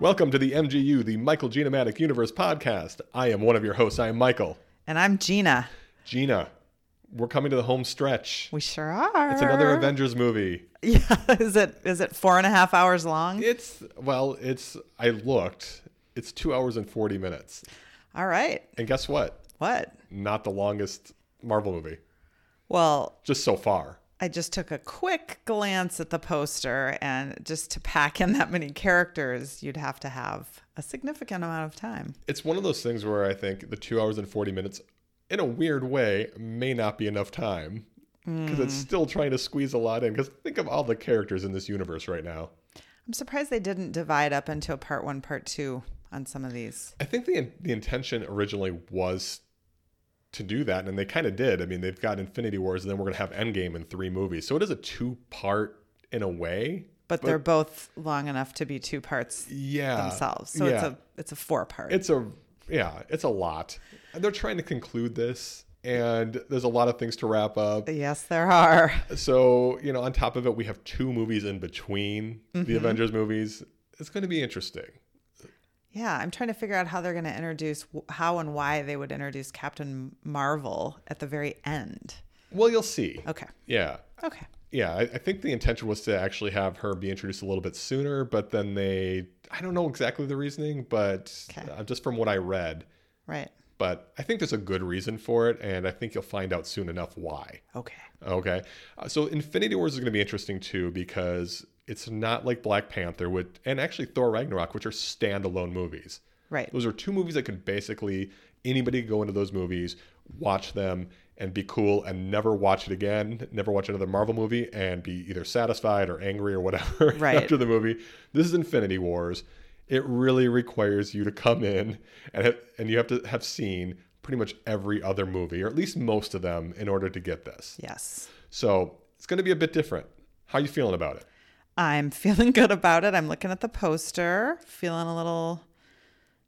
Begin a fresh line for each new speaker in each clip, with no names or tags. Welcome to the MGU, the Michael Genomatic Universe podcast. I am one of your hosts. I am Michael.
And I'm Gina.
Gina, we're coming to the home stretch.
We sure are.
It's another Avengers movie.
Yeah. Is it is it four and a half hours long?
It's, well, it's, I looked, it's two hours and 40 minutes.
All right.
And guess what?
What?
Not the longest Marvel movie,
Well,
just so far.
I just took a quick glance at the poster and just to pack in that many characters, you'd have to have a significant amount of time.
It's one of those things where I think the two hours and 40 minutes, in a weird way, may not be enough time. Because it's still trying to squeeze a lot in. Because think of all the characters in this universe right now.
I'm surprised they didn't divide up into a part 1, part 2 on some of these.
I think the the intention originally was to do that, and they kind of did. I mean, they've got Infinity Wars, and then we're gonna have Endgame in three movies, so it is a two part in a way.
But, they're both long enough to be two parts
Yeah,
themselves. So it's
yeah.
a it's a four part.
it's a yeah, it's a lot. And they're trying to conclude this, and there's a lot of things to wrap up.
yes, there are.
So you know, on top of it, we have two movies in between
Mm-hmm.
the Avengers movies. It's going to be interesting.
Yeah, I'm trying to figure out how they're going to introduce how and why they would introduce Captain Marvel at the very end.
Well, you'll see.
Okay.
Yeah.
Okay.
Yeah, I, I think the intention was to actually have her be introduced a little bit sooner, but then they, I don't know exactly the reasoning, but
Okay.
uh, just from what I read,
Right.
but I think there's a good reason for it, and I think you'll find out soon enough why.
Okay.
Okay. Uh, so Infinity Wars is going to be interesting too because it's not like Black Panther would, and actually Thor Ragnarok, which are standalone movies.
Right.
Those are two movies that could basically anybody could go into those movies, watch them, and be cool, and never watch it again. Never watch another Marvel movie, and be either satisfied or angry or whatever
Right.
after the movie. This is Infinity Wars. It really requires you to come in and have, and you have to have seen pretty much every other movie, or at least most of them, in order to get this.
Yes.
So it's going to be a bit different. How you feeling about it?
I'm feeling good about it. I'm looking at the poster, feeling a little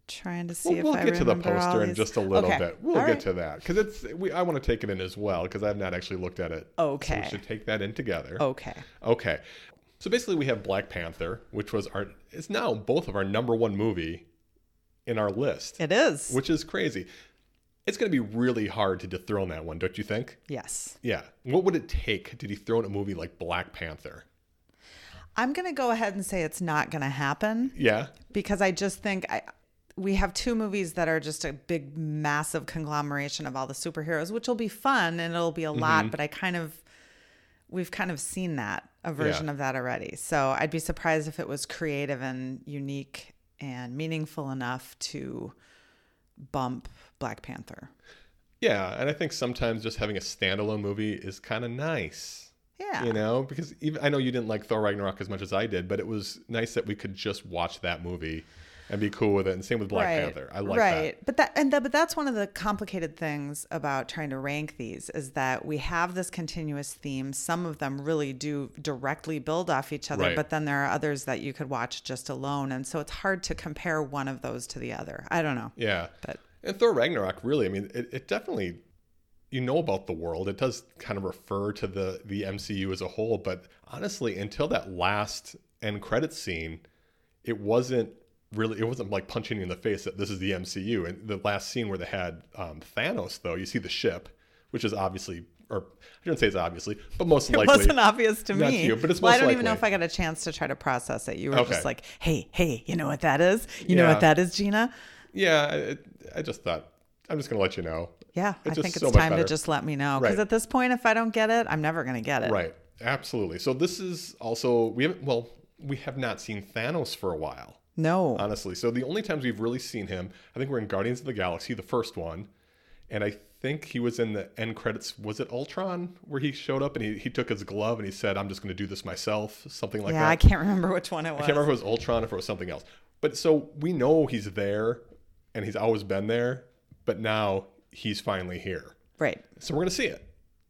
trying to see
We'll,
if
we'll
I
get to the
remember all
poster in
these-
just a little
Okay.
bit. We'll
All
get
right.
to that because it's. We, I want to take it in as well because I've not actually looked at it. so we
Okay. Oh.
should take that in together.
Okay.
Okay. So basically, we have Black Panther, which was our. It's now both of our number one movie in our list,
It is.
which is crazy. It's going to be really hard to dethrone that one, don't you think?
yes.
Yeah. What would it take to dethrone a movie like Black Panther?
I'm going to go ahead and say it's not going to happen.
Yeah.
because I just think I we have two movies that are just a big massive conglomeration of all the superheroes, which will be fun and it'll be a lot, but I kind of we've kind of seen that a version
Yeah.
of that already. So I'd be surprised if it was creative and unique and meaningful enough to bump Black Panther.
Yeah, and I think sometimes just having a standalone movie is kind of nice.
Yeah.
You know, because even I know you didn't like Thor Ragnarok as much as I did, but it was nice that we could just watch that movie and be cool with it. And same with Black Panther. I like
right. But that and that, but that's one of the complicated things about trying to rank these is that we have this continuous theme. Some of them really do directly build off each other,
Right.
but then there are others that you could watch just alone, and so it's hard to compare one of those to the other. I don't know.
that. Yeah.
But
And Thor Ragnarok, really, I mean, it, it definitely, you know about the world. It does kind of refer to the, the MCU as a whole, but honestly, until that last end credit scene, it wasn't really, it wasn't like punching you in the face that this is the MCU. And the last scene where they had um, Thanos, though, you see the ship, which is obviously, or I shouldn't say it's obviously, but most
it
likely.
wasn't obvious to
Not
me.
to you, but it's
well, I
most
don't even know
likely.
if I got a chance to try to process it. You were
Okay.
just like, "Hey, hey, you know what that is? You know
Yeah.
what that is, Gina?"
Yeah, I- it, I just thought, I'm just going to let you know.
Yeah, I
just
think it's
so much
time
better.
to just let me know because
Right.
at this point, if I don't get it, I'm never going to get it.
Right. Absolutely. So this is also, we haven't, well, we have not seen Thanos for a while.
No.
honestly. So the only times we've really seen him, I think we're in Guardians of the Galaxy, the first one, and I think he was in the end credits. Was it Ultron where he showed up and he, he took his glove and he said, "I'm just going to do this myself," something like
yeah,
that.
I can't remember which one it was.
I can't remember if it was Ultron or if it was something else. But so we know he's there, and he's always been there, but now he's finally here.
Right.
So we're going to see it.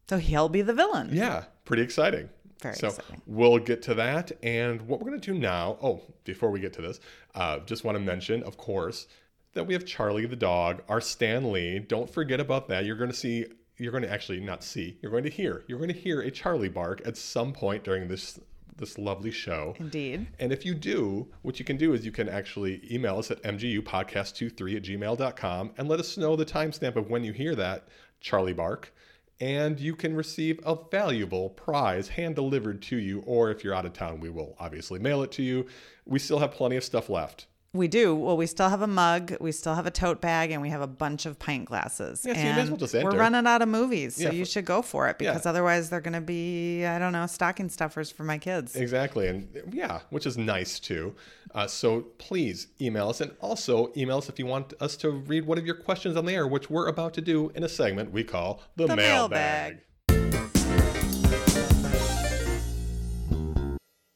So he'll be the villain.
Yeah, pretty exciting.
Very
so
exciting.
we'll get to that. And what we're going to do now, oh, before we get to this, uh, just want to mention, of course, that we have Charlie the dog, our Stan Lee. Don't forget about that. You're going to see, you're going to actually not see, you're going to hear, you're going to hear a Charlie bark at some point during this this lovely show.
Indeed.
And if you do, what you can do is you can actually email us at mgupodcast23 at gmail.com and let us know the timestamp of when you hear that, Charlie Bark. And you can receive a valuable prize hand delivered to you, or if you're out of town, we will obviously mail it to you. We still have plenty of stuff left.
We do. Well, we still have a mug, we still have a tote bag, and we have a bunch of pint glasses.
Yeah, so you may
and
as well just
we're
enter.
running out of movies, so
Yeah,
you
for-
should go for it
Yeah.
because otherwise they're going to be, I don't know, stocking stuffers for my kids.
Exactly. And yeah, which is nice too. Uh, so please email us and also email us if you want us to read one of your questions on the air, which we're about to do in a segment we call the,
The
mailbag.
mailbag.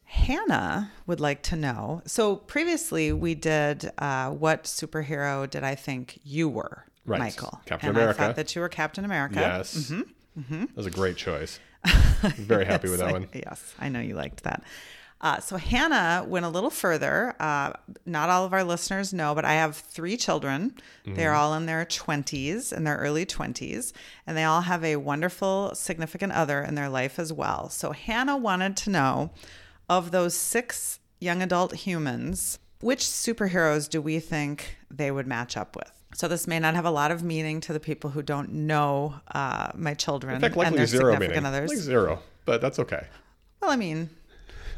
Hannah would like to know. So previously we did uh, what superhero did I think you were,
Right.
Michael?
Captain
and
America.
I thought that you were Captain America.
Yes. That was a great choice. Very happy with that
Mm-hmm. Yes,
one.
I- yes, I know you liked that. Uh, so Hannah went a little further. Uh, not all of our listeners know, but I have three children. They're
Mm-hmm.
all in their 20s, in their early 20s, and they all have a wonderful significant other in their life as well. So Hannah wanted to know of those six young adult humans, which superheroes do we think they would match up with? So this may not have a lot of meaning to the people who don't know uh, my children
In fact,
and
likely
their
zero
significant
meaning.
others.
Like zero, but that's okay.
Well, I mean,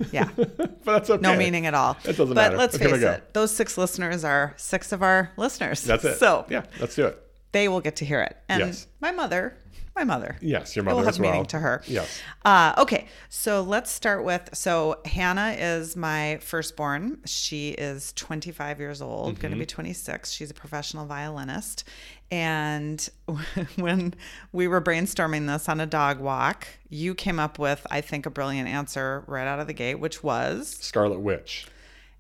yeah,
But that's okay.
no meaning at all.
It doesn't
but
matter.
let's
Okay, we
face
go.
it, those six listeners are six of our listeners.
That's it.
So
yeah, let's do it.
they will get to hear it. And
Yes.
my mother, my mother.
Yes, your
It
mother
will have
as well.
meaning to her.
Yes.
Uh, okay, so let's start with so Hannah is my firstborn. She is 25 years old, going
Mm-hmm.
to be 26. She's a professional violinist, and when we were brainstorming this on a dog walk, you came up with I think a brilliant answer right out of the gate, which was,
Scarlet Witch.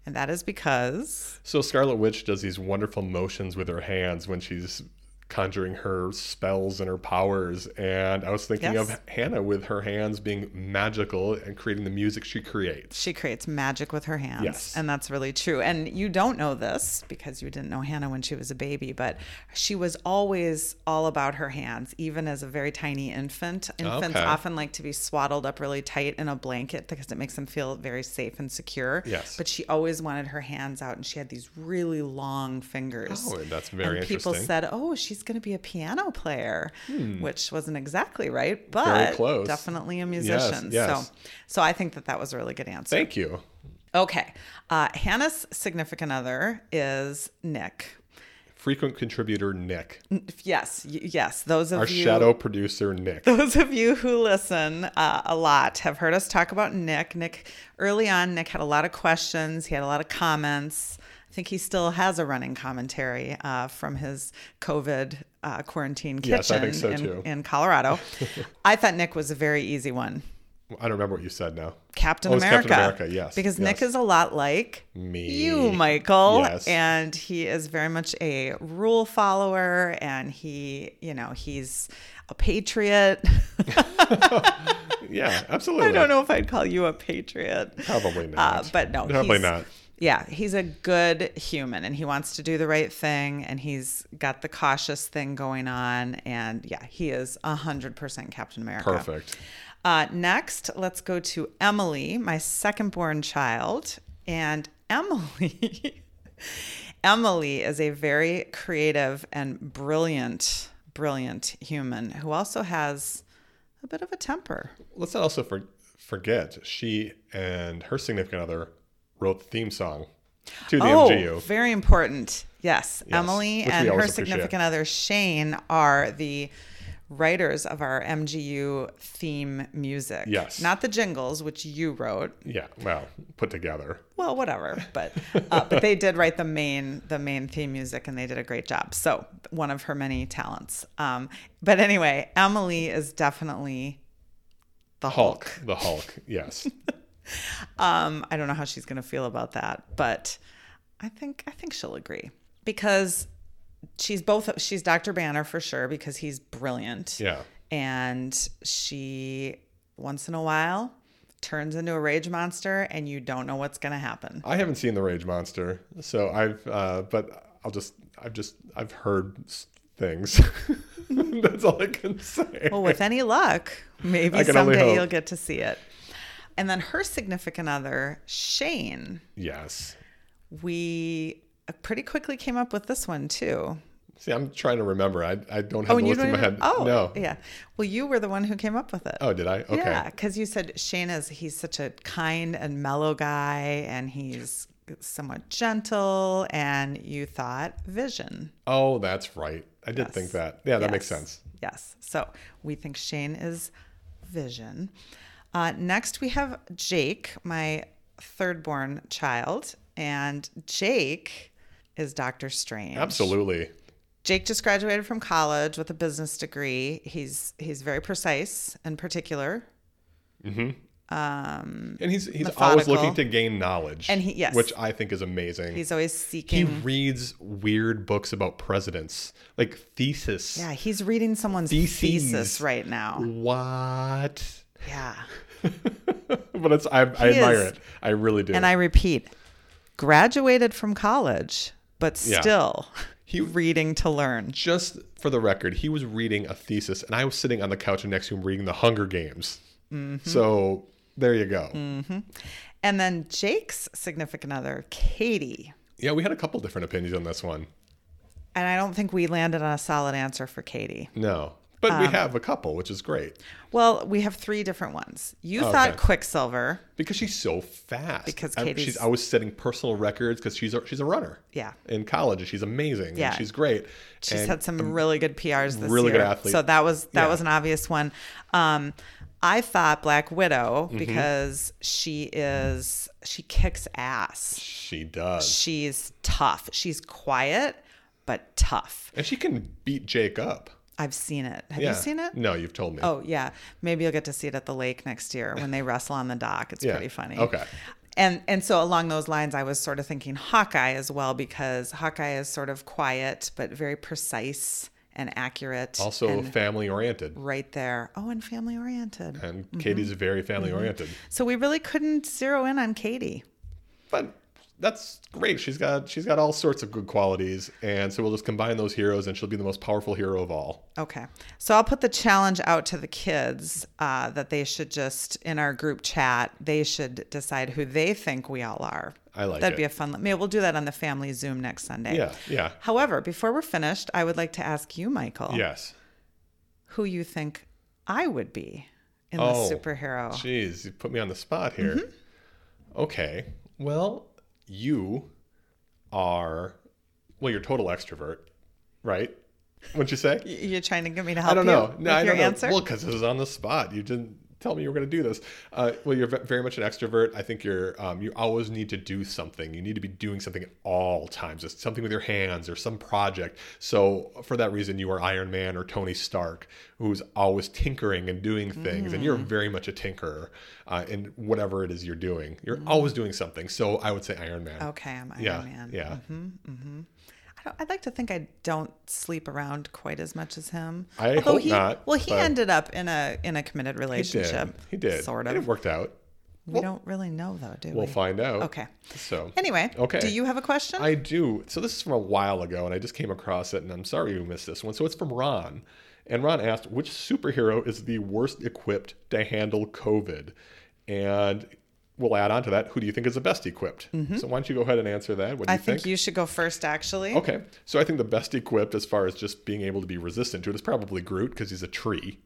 and that is because
So Scarlet Witch does these wonderful motions with her hands when she's conjuring her spells and her powers. And I was thinking
Yes.
of Hannah with her hands being magical and creating the music she creates.
she creates magic with her hands.
Yes.
And that's really true. And you don't know this because you didn't know Hannah when she was a baby, but she was always all about her hands, even as a very tiny infant. Infants
Okay.
often like to be swaddled up really tight in a blanket because it makes them feel very safe and secure.
Yes.
But she always wanted her hands out and she had these really long fingers.
Oh, that's very
and people
interesting. Hmm.
said, "Oh, she's going to be a piano player," which wasn't exactly right, but
close.
definitely a musician.
yes.
So, so I think that that was a really good answer.
Thank you.
Okay. Uh, Hannah's significant other is Nick.
Frequent contributor Nick,
Yes, y- yes. Those of
our
you,
shadow producer Nick.
those of you who listen uh, a lot have heard us talk about Nick. Nick early on, Nick had a lot of questions. He had a lot of comments. I think he still has a running commentary uh, from his COVID uh, quarantine kitchen
Yes, I think so,
in,
too.
in Colorado. I thought Nick was a very easy one.
I don't remember what you said now.
Captain
Oh, it's
America.
Captain America, yes,
Because
yes. Mm-hmm.
Nick is a lot like
Me.
you, Michael.
Yes.
And he is very much a rule follower and he, you know, he's a patriot.
Yeah, absolutely.
I don't know if I'd call you a patriot.
Probably not.
Uh, but no,
Probably
he's-
not.
Yeah, he's a good human and he wants to do the right thing and he's got the cautious thing going on. And yeah, he is 100% Captain America.
Perfect.
Uh, next, let's go to Emily, my second born child. And Emily, Emily is a very creative and brilliant, brilliant human who also has a bit of a temper.
Let's not also for, forget she and her significant other wrote the theme song to the
oh,
MGU.
very important. Yes, Emily
which we
and her
always appreciate.
significant other Shane are the writers of our MGU theme music.
Yes.
not the jingles which you wrote.
Yeah, well, put together.
well, whatever. But uh, but they did write the main the main theme music, and they did a great job. So one of her many talents. Um, but anyway, Emily is definitely the Hulk.
Hulk, the Hulk, yes.
Um, I don't know how she's gonna feel about that, but I think I think she'll agree because she's both she's Dr. Banner for sure because he's brilliant.
Yeah.
and she once in a while turns into a rage monster, and you don't know what's gonna happen.
I haven't seen the Rage Monster, so I've. Uh, but I'll just. I've just. I've heard s- things. That's all I can say.
Oh. Well, with any luck, maybe
can only
someday
hope.
you'll get to see it. And then her significant other, Shane,
Yes.
we uh, pretty quickly came up with this one too.
See, I'm trying to remember. I, I don't have
Oh,
the
and you
list
don't
in my
even,
head.
Oh,
no.
yeah. Well, you were the one who came up with it.
Oh, did I? Okay.
Yeah, because you said Shane is he's such a kind and mellow guy, and he's somewhat gentle, and you thought vision.
Oh, that's right. I did think that. Yeah, that makes
Yes.
sense.
Yes. So we think Shane is vision. Uh, next, we have Jake, my third born child, and Jake is Doctor Strange.
Absolutely.
Jake just graduated from college with a business degree. He's he's very precise and particular.
And he's he's always looking
Mm. Methodical.
to gain knowledge.
And he- yes.
Which I think is amazing.
He's always
he
seeking.
reads weird books about presidents, like thesis.
yeah, he's reading someone's
Theses.
thesis right now.
What?
Yeah.
But it's I, I
He
admire
is-
it. I really do.
And I repeat, graduated from college, but
Yeah.
still
He-
reading to learn.
just for the record, he was reading a thesis, and I was sitting on the couch next to him reading The Hunger Games.
Mm-hmm.
So there you go.
Mm. And then Jake's significant other, Katie.
Yeah, we had a couple different opinions on this one.
And I don't think we landed on a solid answer for Katie.
No, but
Um,
we have a couple, which is great
Well, we have three different ones. You thought
Oh, okay.
Quicksilver.
because she's so fast.
Because
I-
Katie's-
she's always setting personal records because she's a, she's a runner.
Yeah.
In college, and she's amazing. Yeah.
Yeah.
And she's great.
She's
And
had some really good PRs this
really
year.
good athlete.
So that was that
Yeah.
was an obvious one. Um, I thought Black Widow
Mm-hmm.
because she is she kicks ass.
she does,
She's tough. She's quiet but tough.
and she can beat Jake up.
I've seen it. Have
Yeah.
you seen it?
No, you've told me.
Oh yeah, maybe you'll get to see it at the lake next year when they wrestle on the dock. It's
Yeah.
pretty funny.
Okay.
And and so along those lines, I was sort of thinking Hawkeye as well because Hawkeye is sort of quiet but very precise and accurate.
Also
and
family oriented,
right there. Oh, and family oriented.
and Katie's very family
Mm-hmm.
oriented.
So we really couldn't zero in on Katie.
but that's great. She's got she's got all sorts of good qualities, and so we'll just combine those heroes, and she'll be the most powerful hero of all.
Okay. So I'll put the challenge out to the kids uh, that they should just, in our group chat, they should decide who they think we all are.
I like
That'd
it.
be a fun. Maybe we'll do that on the family Zoom next Sunday.
Yeah, yeah,
However, before we're finished, I would like to ask you, Michael,
yes.
who you think I would be in
Oh,
the superhero.
Jeez, you put me on the spot here. Okay, well, you are well, you're a total extrovert, right? What'd you say?
Y- You're trying to get me to help
I don't
you
know.
with
No, I
your
don't know.
answer?
Well, because it was on the spot. You didn't tell me you were going to do this. Uh, well, you're ve- very much an extrovert. I think you're. Um, you always need to do something. You need to be doing something at all times. It's something with your hands or some project. So for that reason, you are Iron Man or Tony Stark, who's always tinkering and doing things. And you're
Mm.
very much a tinkerer uh, in whatever it is you're doing. You're always doing something. So I would say Iron Man.
okay, I'm Oh, Iron
yeah,
Man. Mm-hmm.
yeah.
I don't, I'd like to think I don't sleep around quite as much as him.
I hope
he,
not,
Well, he
but-
ended up in a in a committed
He did.
relationship.
He did.
Sort
And
of.
it worked out.
we don't really know though, do
We'll
we?
find out.
Okay.
So
Anyway,
Okay.
do you have a question?
I do. So this is from a while ago, and I just came across it, and I'm sorry you missed this one. So it's from Ron, and Ron asked, "Which superhero is the worst equipped to handle COVID?" And we'll add on to that, who do you think is the best equipped? So why don't you go ahead and answer that? What do
I
you think? Oh.
think you should go first, actually.
Okay, so I think the best equipped, as far as just being able to be resistant to it, is probably Groot because he's a tree.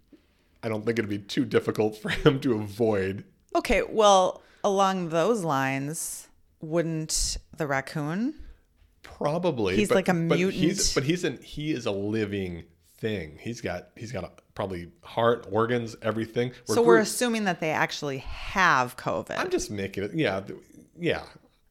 I don't think it'd be too difficult for him to avoid.
Okay, well, along those lines, wouldn't the raccoon?
Probably.
He's
but-
like a
but
mutant.
He's, but he's an he is a living thing. He's got he's got a, probably heart, organs, everything.
So we're
Groot-
assuming that they actually have COVID.
I'm just making it. Yeah, th- yeah.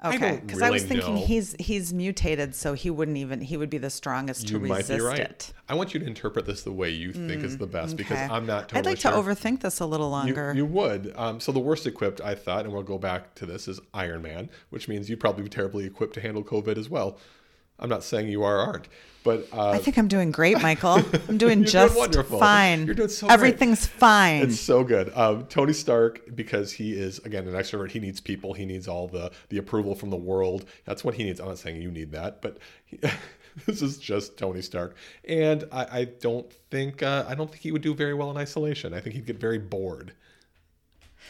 I
okay,
don't
because I, was
really
thinking
know.
he's he's mutated, so he wouldn't even he would be the strongest
You
to
might
resist
be right.
it. Mm,
I want you to interpret this the way you think is the best because
Okay.
I'm not totally
I'd like
sure.
to overthink this a little longer.
You, you would. Um, so the worst equipped, I thought, and we'll go back to this, is Iron Man, which means you'd probably be terribly equipped to handle COVID as well. I'm not saying you are or aren't, but uh,
I think I'm doing great, Michael. I'm
You're
doing
doing
just
wonderful.
fine.
You're doing so great.
Everything's fine.
It's so good. Um, Tony Stark, because he is again an extrovert, he needs people. He needs all the the approval from the world. That's what he needs. I'm not saying you need that, but he, this is just Tony Stark. And I, I don't think uh, I don't think he would do very well in isolation. I think he'd get very bored,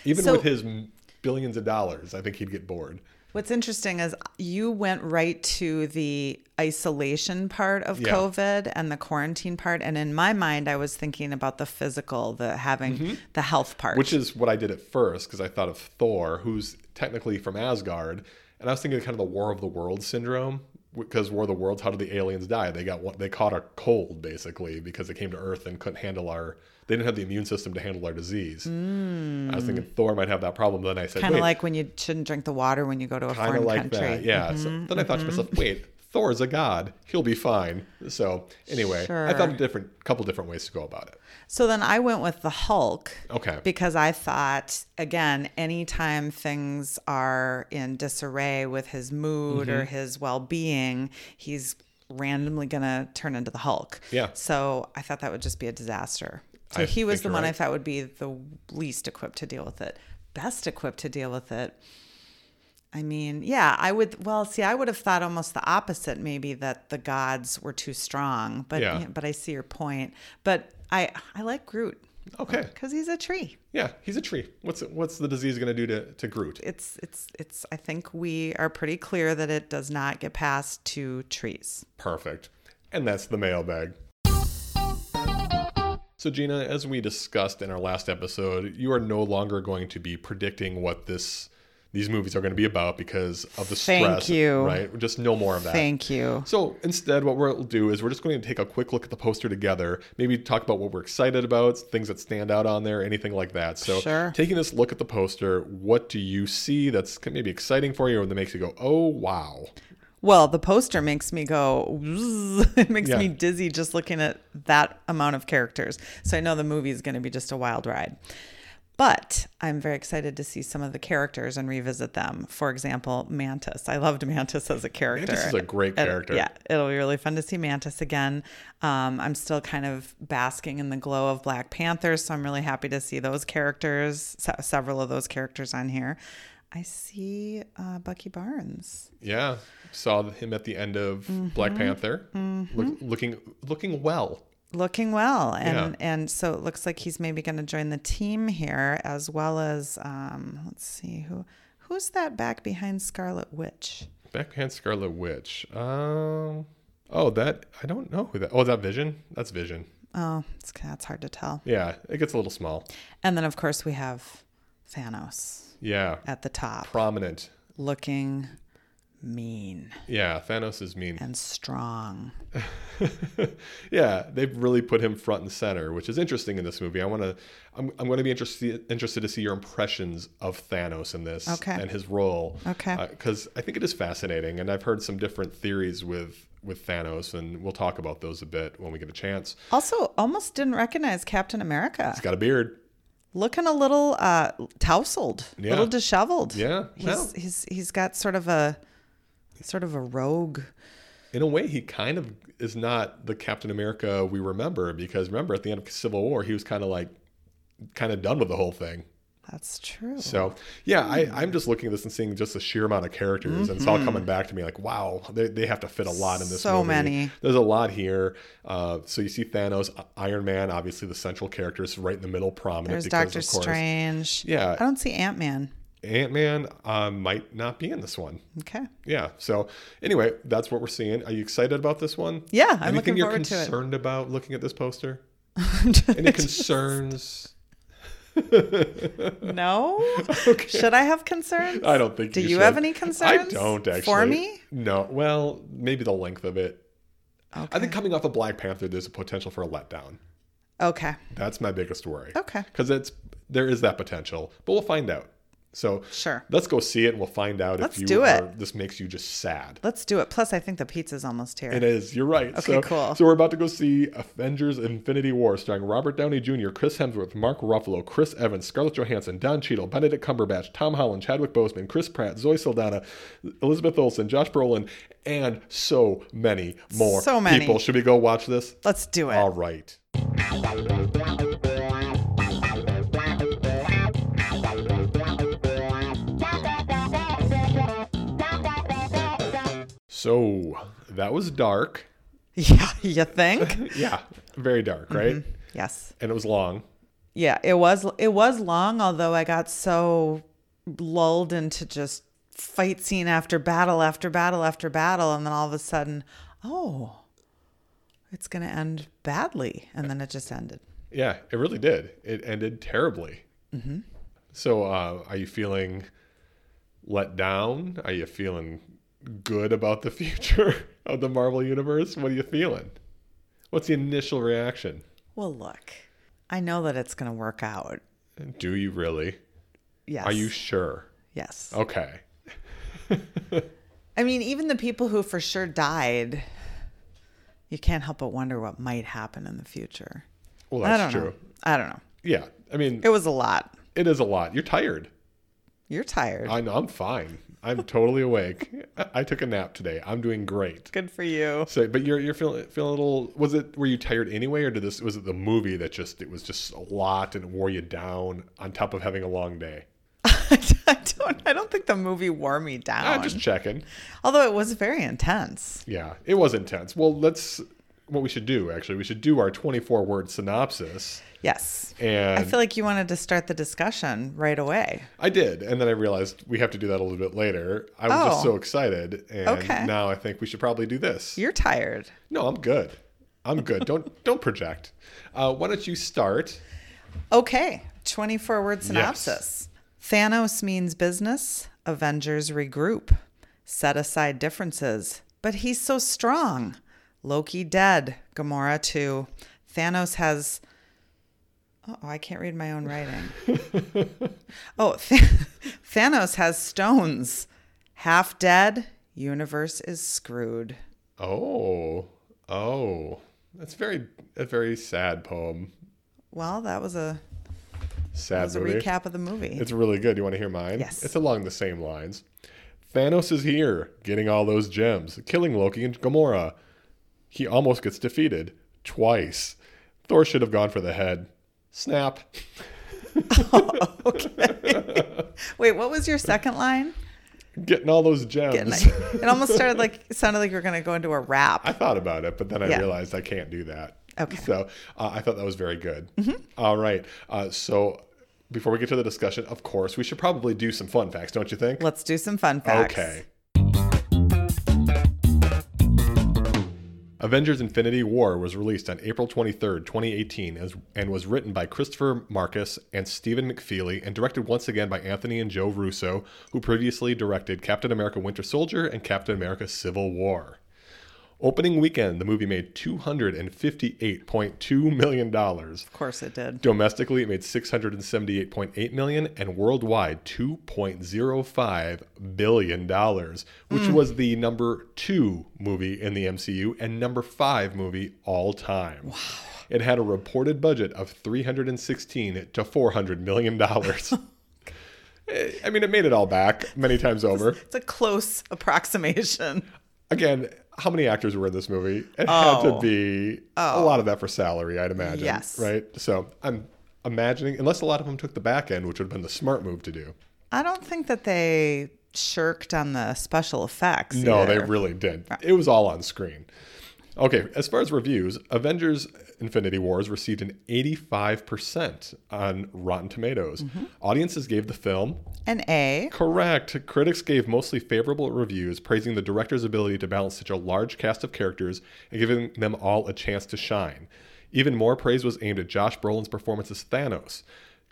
even
So-
with his m- billions of dollars. I think he'd get bored.
What's interesting is you went right to the isolation part of
Yeah.
COVID and the quarantine part. And in my mind, I was thinking about the physical, the having the health part.
Mm-hmm. Which is what I did at first because I thought of Thor, who's technically from Asgard, and I was thinking of kind of the War of the Worlds syndrome. Because War of the Worlds, how did the aliens die? They got one, they caught a cold basically because they came to Earth and couldn't handle our. They didn't have the immune system to handle our disease. I was thinking Thor might have that problem. Then I said,
kind of
wait,
Hmm. like when you shouldn't drink the water when you go to a
kind of
foreign
like
country. Mm-hmm,
that. Yeah. So then I thought to myself, wait, Thor's a god. He'll be fine. So anyway, I
Sure.
found a different couple different ways to go about it.
So then I went with the Hulk.
Okay.
Because I thought, again, anytime things are in disarray with his mood or
Mm-hmm.
his well being, he's randomly going to turn into the Hulk.
Yeah.
So I thought that would just be a disaster. So
I
he was
think
the
you're
one I
right.
thought would be the least equipped to deal with it. Best equipped to deal with it. I mean, yeah, I would. Well, see, I would have thought almost the opposite, maybe that the gods were too strong. But
Yeah.
but I see your point. But I I like Groot
Okay.
because he's a tree.
Yeah, he's a tree. What's what's the disease going to do to to Groot?
It's it's it's. I think we are pretty clear that it does not get past two trees.
Perfect. And that's the mailbag. So, Gina, as we discussed in our last episode, you are no longer going to be predicting what this these movies are going to be about because of the
Thank
stress.
you.
Right? Just no more of that.
Thank you.
so instead, what we'll do is we're just going to take a quick look at the poster together, maybe talk about what we're excited about, things that stand out on there, anything like that. So,
Sure.
taking this look at the poster, what do you see that's maybe exciting for you or that makes you go, oh, wow?
Well, the poster makes me go. "Wzz." it makes
Yeah.
me dizzy just looking at that amount of characters. So I know the movie is going to be just a wild ride. But I'm very excited to see some of the characters and revisit them. For example, Mantis. I loved Mantis as a character.
Mantis is a great
It-
character.
yeah, it'll be really fun to see Mantis again. Um, I'm still kind of basking in the glow of Black Panther, so I'm really happy to see those characters, se- several of those characters on here. I see uh, Bucky Barnes.
Yeah, saw him at the end of
Mm-hmm.
Black Panther, look, looking looking well.
looking well and and so it looks like he's maybe going to join the team here as well as um let's see who who's that back behind scarlet witch
Backhand Scarlet Witch. Um, oh, that I don't know who that. Oh, is that Vision? That's Vision.
oh it's, that's hard to tell
Yeah, it gets a little small.
and then of course we have thanos
Yeah,
at the top
prominent.
looking mean
Yeah, Thanos is mean.
and strong
Yeah, they've really put him front and center, which is interesting in this movie. I want to, I'm, I'm going to be interested interested to see your impressions of Thanos in this
Okay.
and his role.
Okay.
Because I think it is fascinating, and I've heard some different theories with with Thanos, and we'll talk about those a bit when we get a chance.
also almost didn't recognize captain america
He's got a beard.
looking a little uh tousled a
Yeah.
little disheveled
Yeah,
he's,
well.
he's he's got sort of a sort of a rogue
In a way, he kind of is not the Captain America we remember because remember at the end of Civil War, he was kind of like, kind of done with the whole thing.
That's true.
So yeah, I, I'm just looking at this and seeing just the sheer amount of characters, and it's all coming back to me like, wow, they, they have to fit a lot in this.
Mm-hmm. So
movie.
many.
There's a lot here. Uh, so you see Thanos, uh, Iron Man, obviously the central character is right in the middle, prominent.
There's
because,
Doctor
of course,
Strange.
Yeah.
I don't see Ant Man.
Ant Man uh, might not be in this one.
Okay.
Yeah. So anyway, that's what we're seeing. Are you excited about this one?
Yeah, I'm
Anything
looking
you're
forward to it.
concerned about looking at this poster? Any concerns?
No. Should I have concerns?
I don't think.
Do
you,
you
should.
have any
I
concerns
don't actually.
for me?
No. Well, maybe the length of it.
Okay.
I think coming off of Black Panther, there's a potential for a letdown.
Okay.
That's my biggest worry.
Okay.
Because it's there is that potential, but we'll find out. So
Sure.
let's go see it, and we'll find out
Let's
if you
do
are, this makes you just sad.
Let's do it. Plus, I think the pizza's almost here.
It is. You're right.
Okay,
so,
cool.
So we're about to go see Avengers: Infinity War, starring Robert Downey Jr., Chris Hemsworth, Mark Ruffalo, Chris Evans, Scarlett Johansson, Don Cheadle, Benedict Cumberbatch, Tom Holland, Chadwick Boseman, Chris Pratt, Zoe Saldana, Elizabeth Olsen, Josh Brolin, and so many more.
So many.
people. Should we go watch this?
Let's do it.
All right. So that was dark.
Yeah. You think?
Yeah, very dark, right?
yes.
And it was long.
Yeah. It was. It was long, although I got so lulled into just fight scene after battle after battle after battle and then all of a sudden oh it's going to end badly and then it just ended
Yeah, it really did. It ended terribly. So, uh, are you feeling let down? Are you feeling good about the future of the Marvel Universe? What are you feeling? What's the initial reaction?
well look i know that it's going to work out
Do you really?
yes
Are you Oh. sure?
yes
Okay.
i mean even the people who for sure died you can't help but wonder what might happen in the future
Well,
i
that's
don't
true.
know i don't know
Yeah. I mean,
it was a lot
it is a lot. You're tired.
you're tired
I know. I'm fine. I'm totally awake. I I took a nap today. I'm doing great.
good for you
So, but you're you're feeling feeling a little. Was it were you tired anyway, or did this was it the movie that just it was just a lot and it wore you down on top of having a long day?
i don't i don't think the movie wore me down
I'm just checking.
although it was very intense
Yeah, it was intense. Well, let's what we should do actually. We should do our 24 word synopsis,
yes
and
I feel like you wanted to start the discussion right away.
I did, and then I realized we have to do that a little bit later. I was just
Oh.
so excited, and
Okay.
now I think we should probably do this.
You're tired.
No, I'm good. I'm good. don't don't project. Uh, why don't you start?
Okay, 24 word synopsis Thanos means business, Avengers regroup, set aside differences. But he's so strong. Loki dead, Gamora too. Thanos has. Oh, I can't read my own writing. oh, Th- Thanos has stones. Half dead, universe is screwed.
Oh, oh, that's very a very sad poem.
Well, that was a
Sad
That was a
movie.
recap of the movie.
It's really good. You want to hear mine?
Yes.
It's along the same lines. Thanos is here, getting all those gems, killing Loki and Gamora. He almost gets defeated twice. Thor should have gone for the head. Snap.
Wait, what was your second line?
Getting all those gems.
And I- it almost started like it sounded like you were going to go into a rap.
I thought about it, but then I
Yeah.
realized I can't do that.
Okay. Mm-hmm.
So uh, I thought that was very good. All right. Uh, so before we get to the discussion, of course, we should probably do some fun facts, don't you think?
Let's do some fun facts.
Okay. Avengers Infinity War was released on April 23rd, 2018, as, and was written by Christopher Marcus and Stephen McFeely, and directed once again by Anthony and Joe Russo, who previously directed Captain America Winter Soldier and Captain America Civil War. Opening weekend, the movie made $258.2 million.
Of course it did.
Domestically, it made 678.8 million and worldwide 2.05 billion dollars, which was the number 2 movie in the MCU and number 5 movie all time. Wow. It had a reported budget of 316 to 400 million dollars. Eh, I mean, it made it all back many times over.
It's a close approximation.
Again, how many actors were in this movie? It had to
Oh.
be a lot of that for salary, I'd imagine.
Yes.
Right? So I'm imagining, unless a lot of them took the back end, which would have been the smart move to do.
I don't think that they shirked on the special effects.
No,
either.
they really did.
Ah.
It was all on screen. Okay, as far as reviews, Avengers Infinity Wars received an 85% on Rotten Tomatoes.
Mm-hmm.
Audiences gave the film
an A.
Correct. Critics gave mostly favorable reviews, praising the director's ability to balance such a large cast of characters and giving them all a chance to shine. Even more praise was aimed at Josh Brolin's performance as Thanos.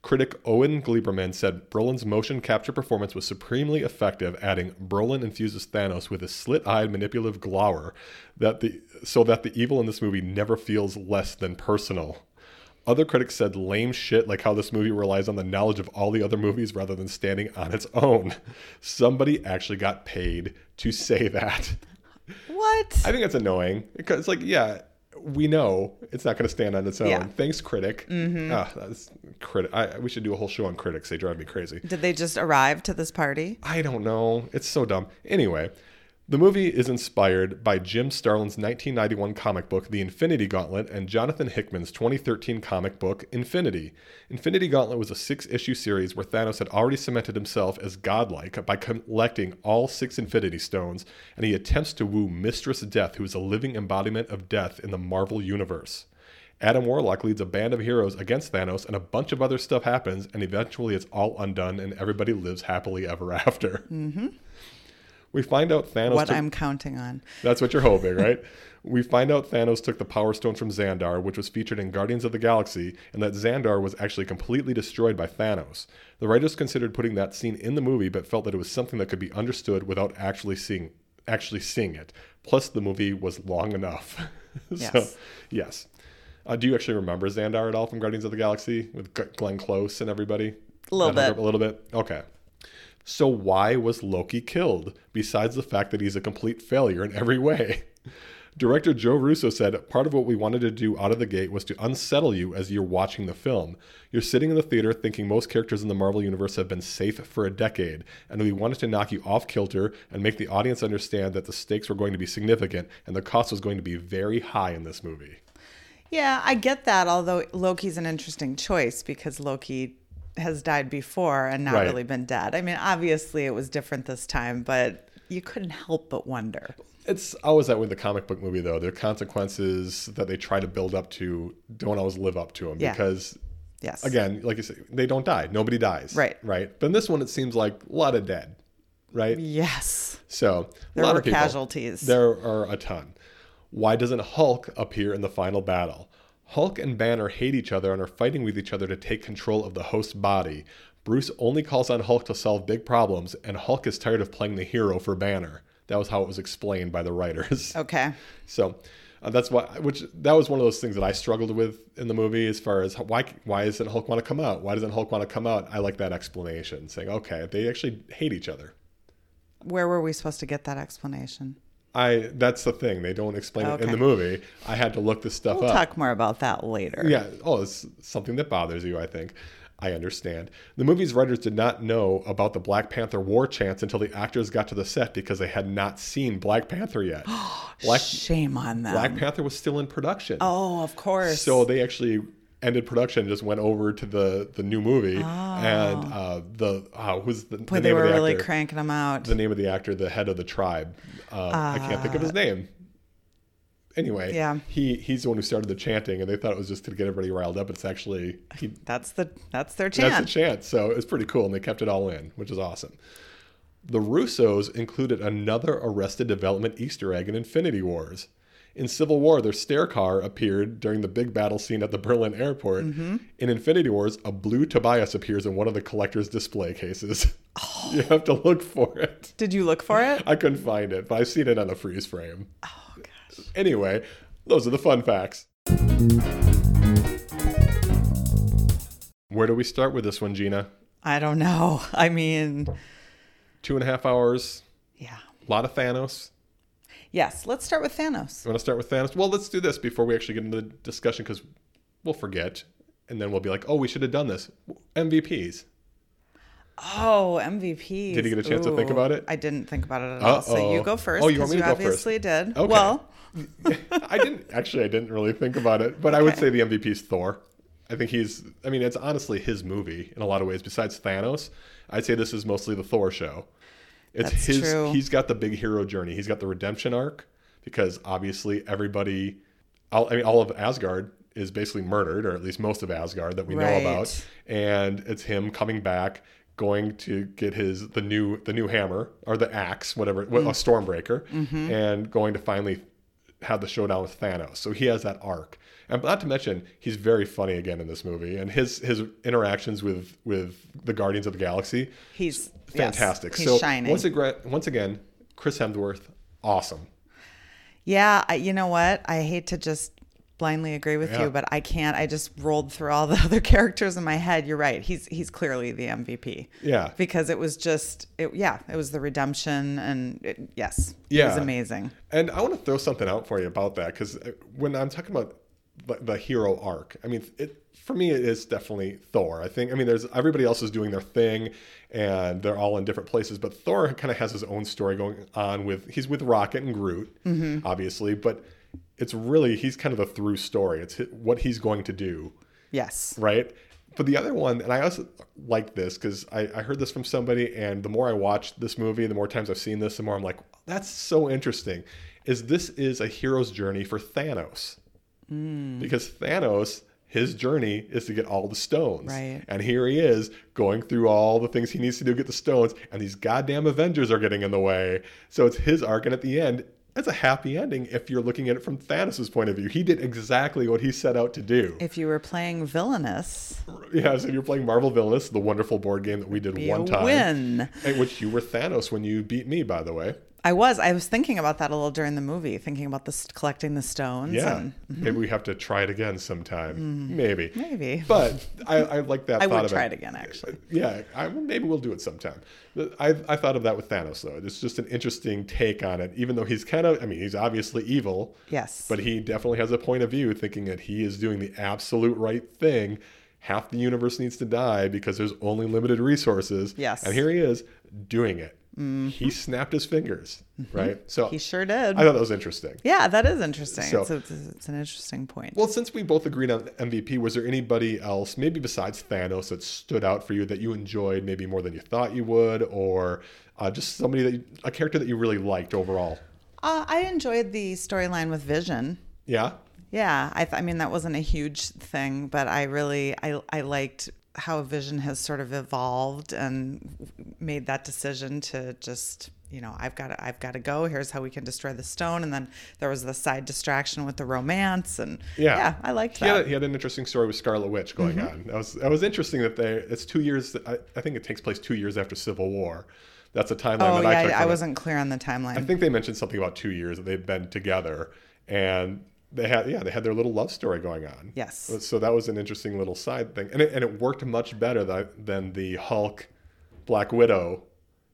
Critic Owen Gleiberman said Brolin's motion capture performance was supremely effective, adding Brolin infuses Thanos with a slit-eyed manipulative glower that the so that the evil in this movie never feels less than personal. Other critics said lame shit like how this movie relies on the knowledge of all the other movies rather than standing on its own. Somebody actually got paid to say that.
What?
I think that's annoying because it's like, yeah, we know it's not going to stand on its own.
Yeah.
Thanks, critic. Mm-hmm. Ah, that's critic. I, we should do a whole show on critics. They drive me crazy.
Did they just arrive to this party?
I don't know. It's so dumb. Anyway, the movie is inspired by Jim Starlin's 1991 comic book, The Infinity Gauntlet, and Jonathan Hickman's 2013 comic book, Infinity. Infinity Gauntlet was a six issue series where Thanos had already cemented himself as godlike by collecting all six Infinity Stones, and he attempts to woo Mistress Death, who is a living embodiment of death in the Marvel Universe. Adam Warlock leads a band of heroes against Thanos, and a bunch of other stuff happens, and eventually it's all undone, and everybody lives happily ever after. Mm-hmm. We find out Thanos.
What
took-
I'm counting on.
that's what you're hoping, right? we find out Thanos took the Power Stone from Xandar, which was featured in Guardians of the Galaxy, and that Xandar was actually completely destroyed by Thanos. The writers considered putting that scene in the movie, but felt that it was something that could be understood without actually seeing actually seeing it. Plus, the movie was long enough. so,
Yes.
yes. Uh, do you actually remember Xandar at all from Guardians of the Galaxy with G- Glenn Close and everybody?
A little
That
bit.
A little bit. Okay. So why was Loki killed, besides the fact that he's a complete failure in every way? Director Joe Russo said, Part of what we wanted to do out of the gate was to unsettle you as you're watching the film. You're sitting in the theater thinking most characters in the Marvel Universe have been safe for a decade, and we wanted to knock you off kilter and make the audience understand that the stakes were going to be significant and the cost was going to be very high in this movie.
Yeah, I get that. Although Loki's an interesting choice because Loki has died before and not
Right.
really been dead. I mean, obviously it was different this time, but you couldn't help but wonder.
It's always that with the comic book movie, though. Their consequences that they try to build up to don't always live up to them
Yeah.
because
Yes.
again, like you said, they don't die. Nobody dies.
Right.
Right. But in this one, it seems like a lot of dead. Right.
Yes.
So
There
a lot
were
of people.
casualties.
There are a ton. Why doesn't Hulk appear in the final battle? Hulk and Banner hate each other and are fighting with each other to take control of the host body. Bruce only calls on Hulk to solve big problems, and Hulk is tired of playing the hero for Banner. That was how it was explained by the writers.
Okay.
So uh, that's why, which that was one of those things that I struggled with in the movie as far as why why doesn't Hulk want to come out? Why doesn't Hulk want to come out? I like that explanation, saying okay, they actually hate each other.
Where were we supposed to get that explanation?
I that's the thing they don't explain it in
Okay.
the movie. I had to look this stuff
We'll
up.
talk more about that later.
Yeah. Oh, it's something that bothers you, I think. I understand. The movie's writers did not know about the Black Panther war chants until the actors got to the set because they had not seen Black Panther yet. Black,
Shame on them.
Black Panther was still in production.
oh, of course.
So they actually ended production, and just went over to the the new movie, and uh, the oh, who's the, the
Boy,
name
Oh. they were
of the
really
actor?
cranking them out.
the name of the actor, the head of the tribe. Um, I can't think of his name. Anyway,
Uh. Yeah.
he he's the one who started the chanting, and they thought it was just to get everybody riled up. It's actually he,
that's the that's their
that's a
chance.
chant, so it's pretty cool, and they kept it all in, which is awesome. The Russos included another Arrested Development Easter egg in Infinity Wars. In Civil War, their stair car appeared during the big battle scene at the Berlin airport. In Infinity Wars, a blue Tobias appears in one of the collector's display cases. You have to look for it.
Did you look for it?
I couldn't find it, but I've seen it on a freeze frame. Oh gosh. Anyway, those are the fun facts. Where do we start with this one, Gina?
I don't know. I mean,
Two and a half hours,
yeah.
a lot of Thanos.
Yes, let's start with Thanos.
You want to start with Thanos? Well, let's do this before we actually get into the discussion because we'll forget, and then we'll be like, "Oh, we should have done this." MVPs.
Oh, MVP.
Did you get a chance to think about it?
I didn't think about it at all. So
Uh-oh.
you go first.
Oh, you want
'cause
me to go
obviously did.
Okay.
Well,
I didn't actually. I didn't really think about it, but I would
Okay.
say the MVP is Thor. I think he's. I mean, it's honestly his movie in a lot of ways. Besides Thanos, I'd say this is mostly the Thor show. It's
That's
his.
true.
He's got the big hero journey. He's got the redemption arc because obviously everybody, all, I mean, all of Asgard is basically murdered, or at least most of Asgard that we know
Right.
about, and it's him coming back. Going to get his the new the new hammer or the axe whatever well, a stormbreaker and going to finally have the showdown with Thanos. So he has that arc. And not to mention, he's very funny again in this movie. And his his interactions with with the Guardians of the Galaxy,
he's yes,
fantastic.
he's
so
shining.
once again, once again, Chris Hemsworth, awesome.
Yeah, I, you know what? I hate to just blindly agree with
Yeah.
you, but I can't. I just rolled through all the other characters in my head. You're right. He's he's clearly the MVP.
Yeah.
Because it was just it, yeah, it was the redemption and it, yes. It was
Yeah.
amazing.
And I want to throw something out for you about that because when I'm talking about the, the hero arc, I mean, it for me it is definitely Thor. I think I mean, there's everybody else is doing their thing, and they're all in different places, but Thor kind of has his own story going on with he's with Rocket and Groot,
Mm-hmm.
obviously, but it's really he's kind of the through story. It's hi- what he's going to do
Yes.
right? But the other one, and I also like this because I, I heard this from somebody, and the more I watched this movie, the more times I've seen this, the more I'm like, that's so interesting. Is this is a hero's journey for Thanos? because Thanos, his journey is to get all the stones.
Right.
And here he is going through all the things he needs to do to get the stones, and these goddamn Avengers are getting in the way. So it's his arc, and at the end, that's a happy ending if you're looking at it from Thanos' point of view. He did exactly what he set out to do.
If you were playing villainous,
yeah, so if you're playing Marvel Villainous, the wonderful board game that we did
you
one time.
win.
Hey, which you were Thanos when you beat me, by the way.
I was. I was thinking about that a little during the movie, thinking about this collecting the stones.
Yeah.
And
Maybe we have to try it again sometime. Maybe.
maybe.
But I, I like that
Mm-hmm. I
thought
would
of
try
it.
it again, actually.
Yeah, I, well, maybe we'll do it sometime. The- I, I thought of that with Thanos, though. It's just an interesting take on it, even though he's kind of, I mean, he's obviously evil,
Yes.
but he definitely has a point of view thinking that he is doing the absolute right thing. Half the universe needs to die because there's only limited resources.
Yes. Mm-hmm.
And here he is doing it. He snapped his fingers, right? So
he sure did.
I thought that was interesting.
yeah, that is interesting.
So-
it's, a, it's an interesting point.
Well, since we both agreed on MVP, was there anybody else, maybe besides Thanos, that stood out for you that you enjoyed maybe more than you thought you would, or uh, just somebody that you, a character that you really liked overall?
Uh, I enjoyed the storyline with Vision.
Yeah,
Yeah, I, th- I mean that wasn't a huge thing, but I really I I liked how Vision has sort of evolved and made that decision to just you know I've got to, I've got to go. Here's how we can destroy the stone, and then there was the side distraction with the romance, and
Yeah.
I liked
he had,
that.
a, he had an interesting story with Scarlet Witch going
Mm-hmm.
on. That was that was interesting that they it's two years. I, I think it takes place two years after Civil War. That's a timeline
oh
that I
yeah,
took.
I, I
from it.
wasn't clear on the timeline.
I think they mentioned something about two years that they've been together, and they had yeah they had their little love story going on. Uh,
Yes.
So that was an interesting little side thing, and it, and it worked much better tha- than the Hulk, Black Widow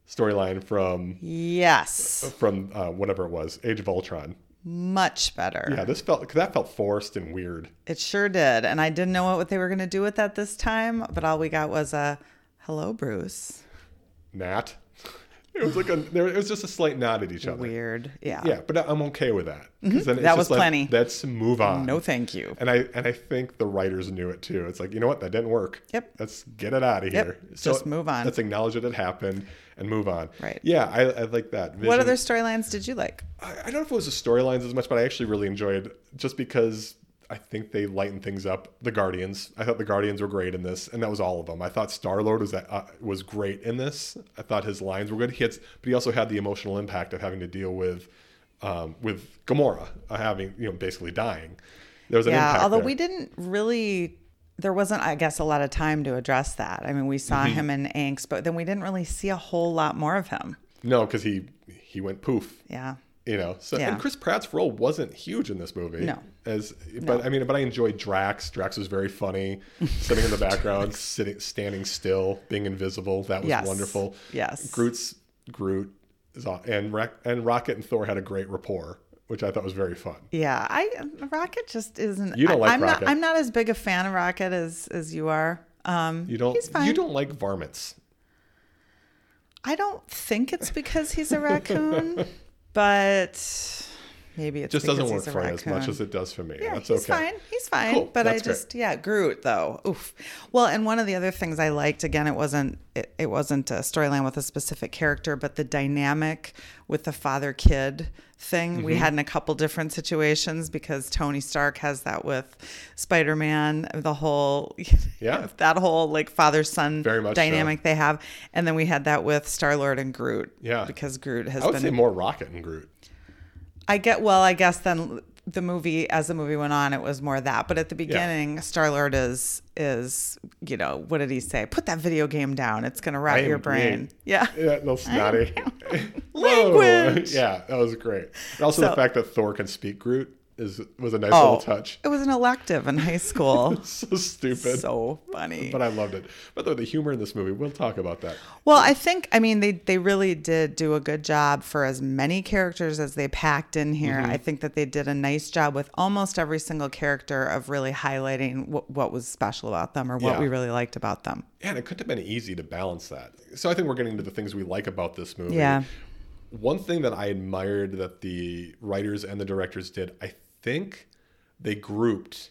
storyline from
yes,
from uh, whatever it was, Age of Ultron.
much better.
Yeah, this felt 'cause that felt forced and weird.
It sure did, and I didn't know what they were going to do with that this time, but all we got was a hello, Bruce.
Nat. It was like a there, it was just a slight nod at each other.
Weird. Yeah.
Yeah, but I'm okay with that. 'Cause then it's
That
just
was
like,
plenty.
Let's move on.
No, thank you.
And I and I think the writers knew it too. It's like, you know what, that didn't work.
Yep.
Let's get it out of
Yep.
here.
Just move on.
Let's acknowledge that it happened and move on.
Right.
Yeah, I, I like that. Vision,
What other storylines did you like?
I, I don't know if it was the storylines as much, but I actually really enjoyed just because I think they lightened things up. The Guardians. I thought the Guardians were great in this, and that was all of them. I thought Star Lord was that uh, was great in this. I thought his lines were good. He had, s- but he also had the emotional impact of having to deal with um, with Gamora uh, having you know basically dying. There was an
Yeah,
impact.
although
there.
we didn't really, there wasn't, I guess, a lot of time to address that. I mean, we saw
Mm-hmm.
him in angst, but then we didn't really see a whole lot more of him.
No, because he he went poof.
Yeah.
You know, so
Yeah.
and Chris Pratt's role wasn't huge in this movie.
No.
as but I mean, but I enjoyed Drax. Drax was very funny, sitting in the background, sitting, standing still, being invisible. That was
Yes.
wonderful.
Yes.
Groot's Groot is aw- and Ra- and Rocket and Thor had a great rapport, which I thought was very fun.
Yeah. I um, Rocket just isn't.
You don't
I,
like
I'm
Rocket.
Not, I'm not as big a fan of Rocket as as you are. Um,
You don't
He's fine.
you don't like varmints.
I don't think it's because he's a raccoon, but maybe it's
Just
because
doesn't work
he's a
for me as much
raccoon.
as it does for me.
Yeah,
That's
he's
okay.
fine. He's fine.
Cool.
But
That's great.
I just yeah, Groot though. Oof. Well, and one of the other things I liked again, it wasn't it, it wasn't a storyline with a specific character, but the dynamic with the father kid thing
Mm-hmm.
we had in a couple different situations because Tony Stark has that with Spider Man, the whole
Yeah.
that whole like father son
Very much so.
dynamic they have, and then we had that with Star Lord and Groot.
Yeah.
because Groot has
I would
been
say more Rocket and Groot.
I get well. I guess then the movie, as the movie went on, it was more that. But at the beginning, Star Lord is is you know what did he say? Put that video game down. It's gonna rot
am
your brain.
green.
Yeah.
Yeah, no snotty.
Language.
yeah, that was great. And also the
So-
fact that Thor can speak Groot is was a nice little touch.
Oh, it was an elective in high school.
So stupid.
so funny.
but I loved it. By the way, the humor in this movie, we'll talk about that.
Well, I think I mean they they really did do a good job for as many characters as they packed in here.
Mm-hmm.
I think that they did a nice job with almost every single character of really highlighting what, what was special about them or what
Yeah.
we really liked about them.
And it could have been easy to balance that. So I think we're getting to the things we like about this movie.
Yeah.
One thing that I admired that the writers and the directors did, I think they grouped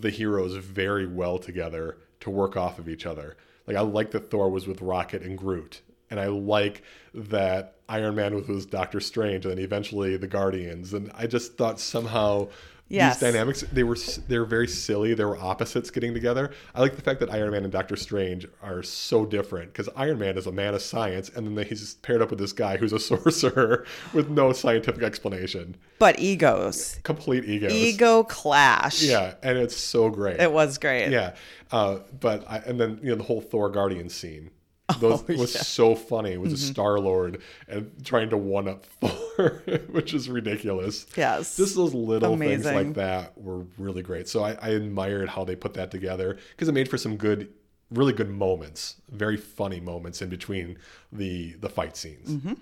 the heroes very well together to work off of each other. Like I like that Thor was with Rocket and Groot. and I like that Iron Man was, was Doctor Strange, and then eventually the Guardians, and I just thought somehow.
Yes.
These dynamics, they were s- they were very silly. There were opposites getting together. I like the fact that Iron Man and Doctor Strange are so different because Iron Man is a man of science, and then he's just paired up with this guy who's a sorcerer with no scientific explanation.
But egos,
Complete egos.
ego clash.
Yeah, and it's so great.
It was great.
Yeah, uh, but I, and then you know the whole Thor Guardian scene.
Oh,
Those, was so funny with the
Mm-hmm.
Star Lord and trying to one up Thor, which is ridiculous.
Yes.
Just those little things
Amazing.
like that were really great. So I, I admired how they put that together because it made for some good, really good moments, very funny moments in between the the fight scenes.
Mm-hmm.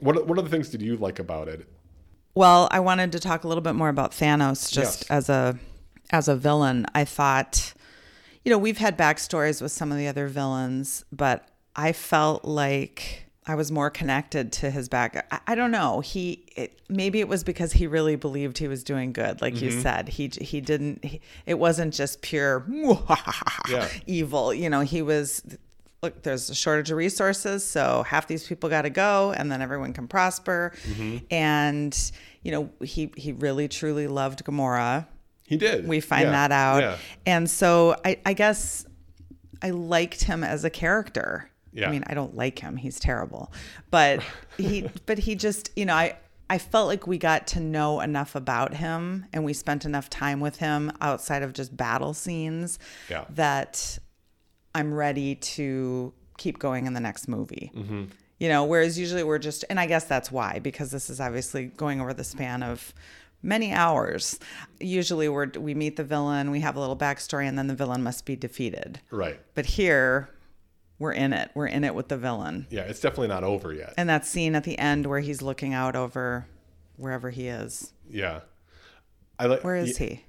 What what other things did you like about it?
Well, I wanted to talk a little bit more about Thanos just
Yes.
as a as a villain. I thought, you know, we've had backstories with some of the other villains, but I felt like I was more connected to his back. I, I don't know. He it, maybe it was because he really believed he was doing good, like
Mm-hmm.
you said. He he didn't. He, it wasn't just pure
Yeah.
evil. You know, he was look, there's a shortage of resources, so half these people got to go and then everyone can prosper.
Mm-hmm.
And you know, he he really truly loved Gamora.
He did.
We find
Yeah,
that out.
Yeah.
And so I I guess I liked him as a character.
Yeah.
I mean, I don't like him. He's terrible. But he but he just, you know, I I felt like we got to know enough about him and we spent enough time with him outside of just battle scenes
Yeah.
that I'm ready to keep going in the next movie. You know, whereas usually we're just, and I guess that's why, because this is obviously going over the span of many hours. Usually we're, we meet the villain, we have a little backstory, and then the villain must be defeated.
Right.
But here, we're in it. We're in it with the villain.
Yeah. It's definitely not over yet.
And that scene at the end where he's looking out over wherever he is.
Yeah. I like.
Where is he?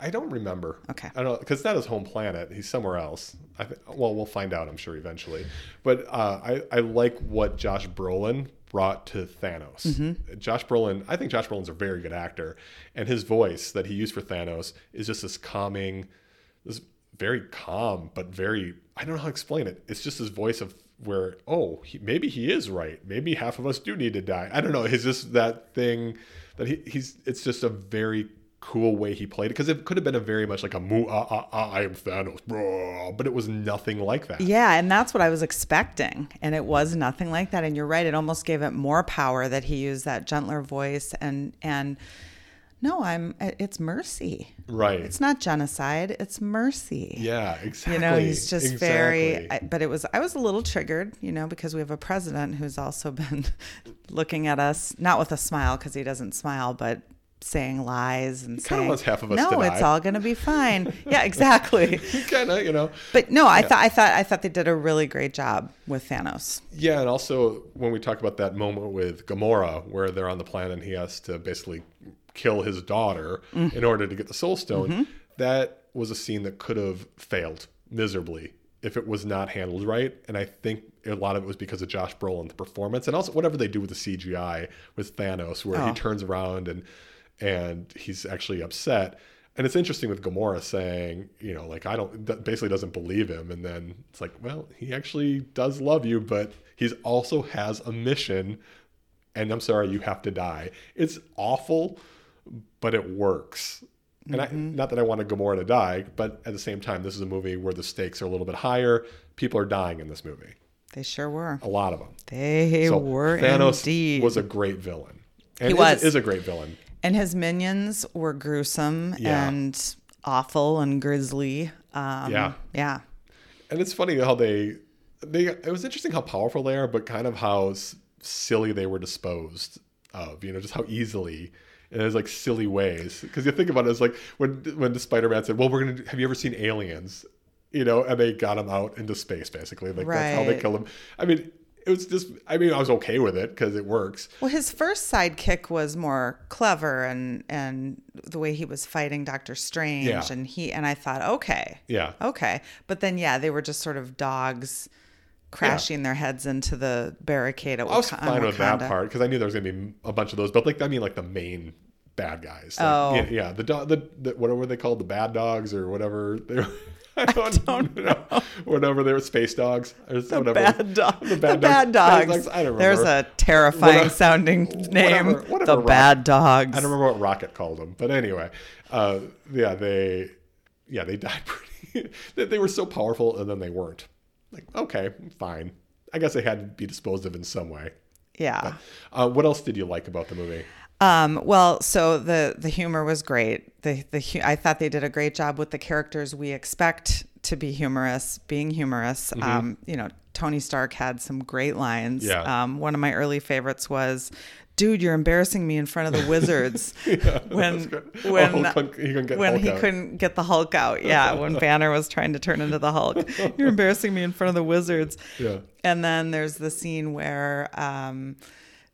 I don't remember.
Okay.
I don't because not his home planet. He's somewhere else. I th- well, we'll find out. I'm sure eventually. But uh, I I like what Josh Brolin brought to Thanos.
Mm-hmm.
Josh Brolin. I think Josh Brolin's a very good actor, and his voice that he used for Thanos is just this calming, this very calm but very. I don't know how to explain it. It's just his voice of where oh he, maybe he is right. Maybe half of us do need to die. I don't know. It's just that thing that he, he's. It's just a very cool way he played it because it could have been a very much like a moo ah ah ah I am Thanos, bro, but it was nothing like that.
Yeah, and that's what I was expecting. And it was nothing like that. And you're right, it almost gave it more power that he used that gentler voice and and no, I'm it's mercy.
Right.
It's not genocide, it's mercy.
yeah, exactly.
You know, he's just very
Exactly.
I, but it was I was a little triggered, you know, because we have a president who's also been looking at us not with a smile cuz he doesn't smile, but saying lies and
kinda
saying
wants half of us
no,
to
it's
die."
all going to be fine. yeah, exactly.
kind of, you know.
But no, I thought I thought I thought they did a really great job with Thanos.
Yeah, and also when we talk about that moment with Gamora, where they're on the planet and he has to basically kill his daughter in order to get the Soul Stone, that was a scene that could have failed miserably if it was not handled right. And I think a lot of it was because of Josh Brolin's performance, and also whatever they do with the CGI with Thanos, where he turns around and and he's actually upset. And it's interesting with Gamora saying, you know, like I don't that basically doesn't believe him, and then it's like, well, he actually does love you, but he's also has a mission, and I'm sorry, you have to die. It's awful, but it works. And I,
Mm-hmm.
not that I want a Gamora to die, but at the same time, this is a movie where the stakes are a little bit higher. People are dying in this movie,
They sure were.
a lot of them.
They
So
were
Thanos
indeed.
was a great villain. And
He
is-
was.
is a great villain.
and his minions were gruesome
Yeah.
and awful and grisly. Um,
Yeah.
Yeah.
And it's funny how they they it was interesting how powerful they are, but kind of how s- silly they were disposed of. You know, just how easily. And it's like silly ways because you think about it as like when when the Spider Man said, "Well, we're gonna do, have you ever seen Aliens?" You know, and they got him out into space basically. Like that's how they
Right.
kill him. I mean, it was just. I mean, I was okay with it because it works.
Well, his first sidekick was more clever and and the way he was fighting Doctor Strange
Yeah.
and he and I thought, okay,
Yeah,
okay, but then yeah, they were just sort of dogs crashing their heads into the barricade at
I was
Waka- on
fine with that
Wakanda.
part because I knew there was gonna be a bunch of those, but like I mean, like the main bad guys. Like,
Oh.
yeah, yeah, the dog, the, the what were they called? The bad dogs or whatever. They were, I don't, know. Whatever they were, space dogs or
The
whatever.
bad dog.
The bad dogs.
dogs.
Space dogs, I don't
There's a
remember.
terrifying
Whatever-
sounding name.
whatever- whatever
the
rock-
bad dogs.
I don't remember what Rocket called them, but anyway, uh, yeah, they, yeah, they died pretty. they, they were so powerful, and then they weren't. Like, okay, fine. I guess they had to be disposed of in some way.
Yeah.
Uh, what else did you like about the movie?
Um, well, so the the humor was great. The the hu- I thought they did a great job with the characters we expect to be humorous, being humorous.
Mm-hmm.
Um, you know, Tony Stark had some great lines.
Yeah.
Um, one of my early favorites was, "Dude, you're embarrassing me in front of the wizards." when
good.
when
Oh, Hulk- he couldn't get
when
Hulk
he
out.
couldn't get the Hulk out. Yeah, when Banner was trying to turn into the Hulk, you're embarrassing me in front of the wizards.
Yeah.
And then there's the scene where um,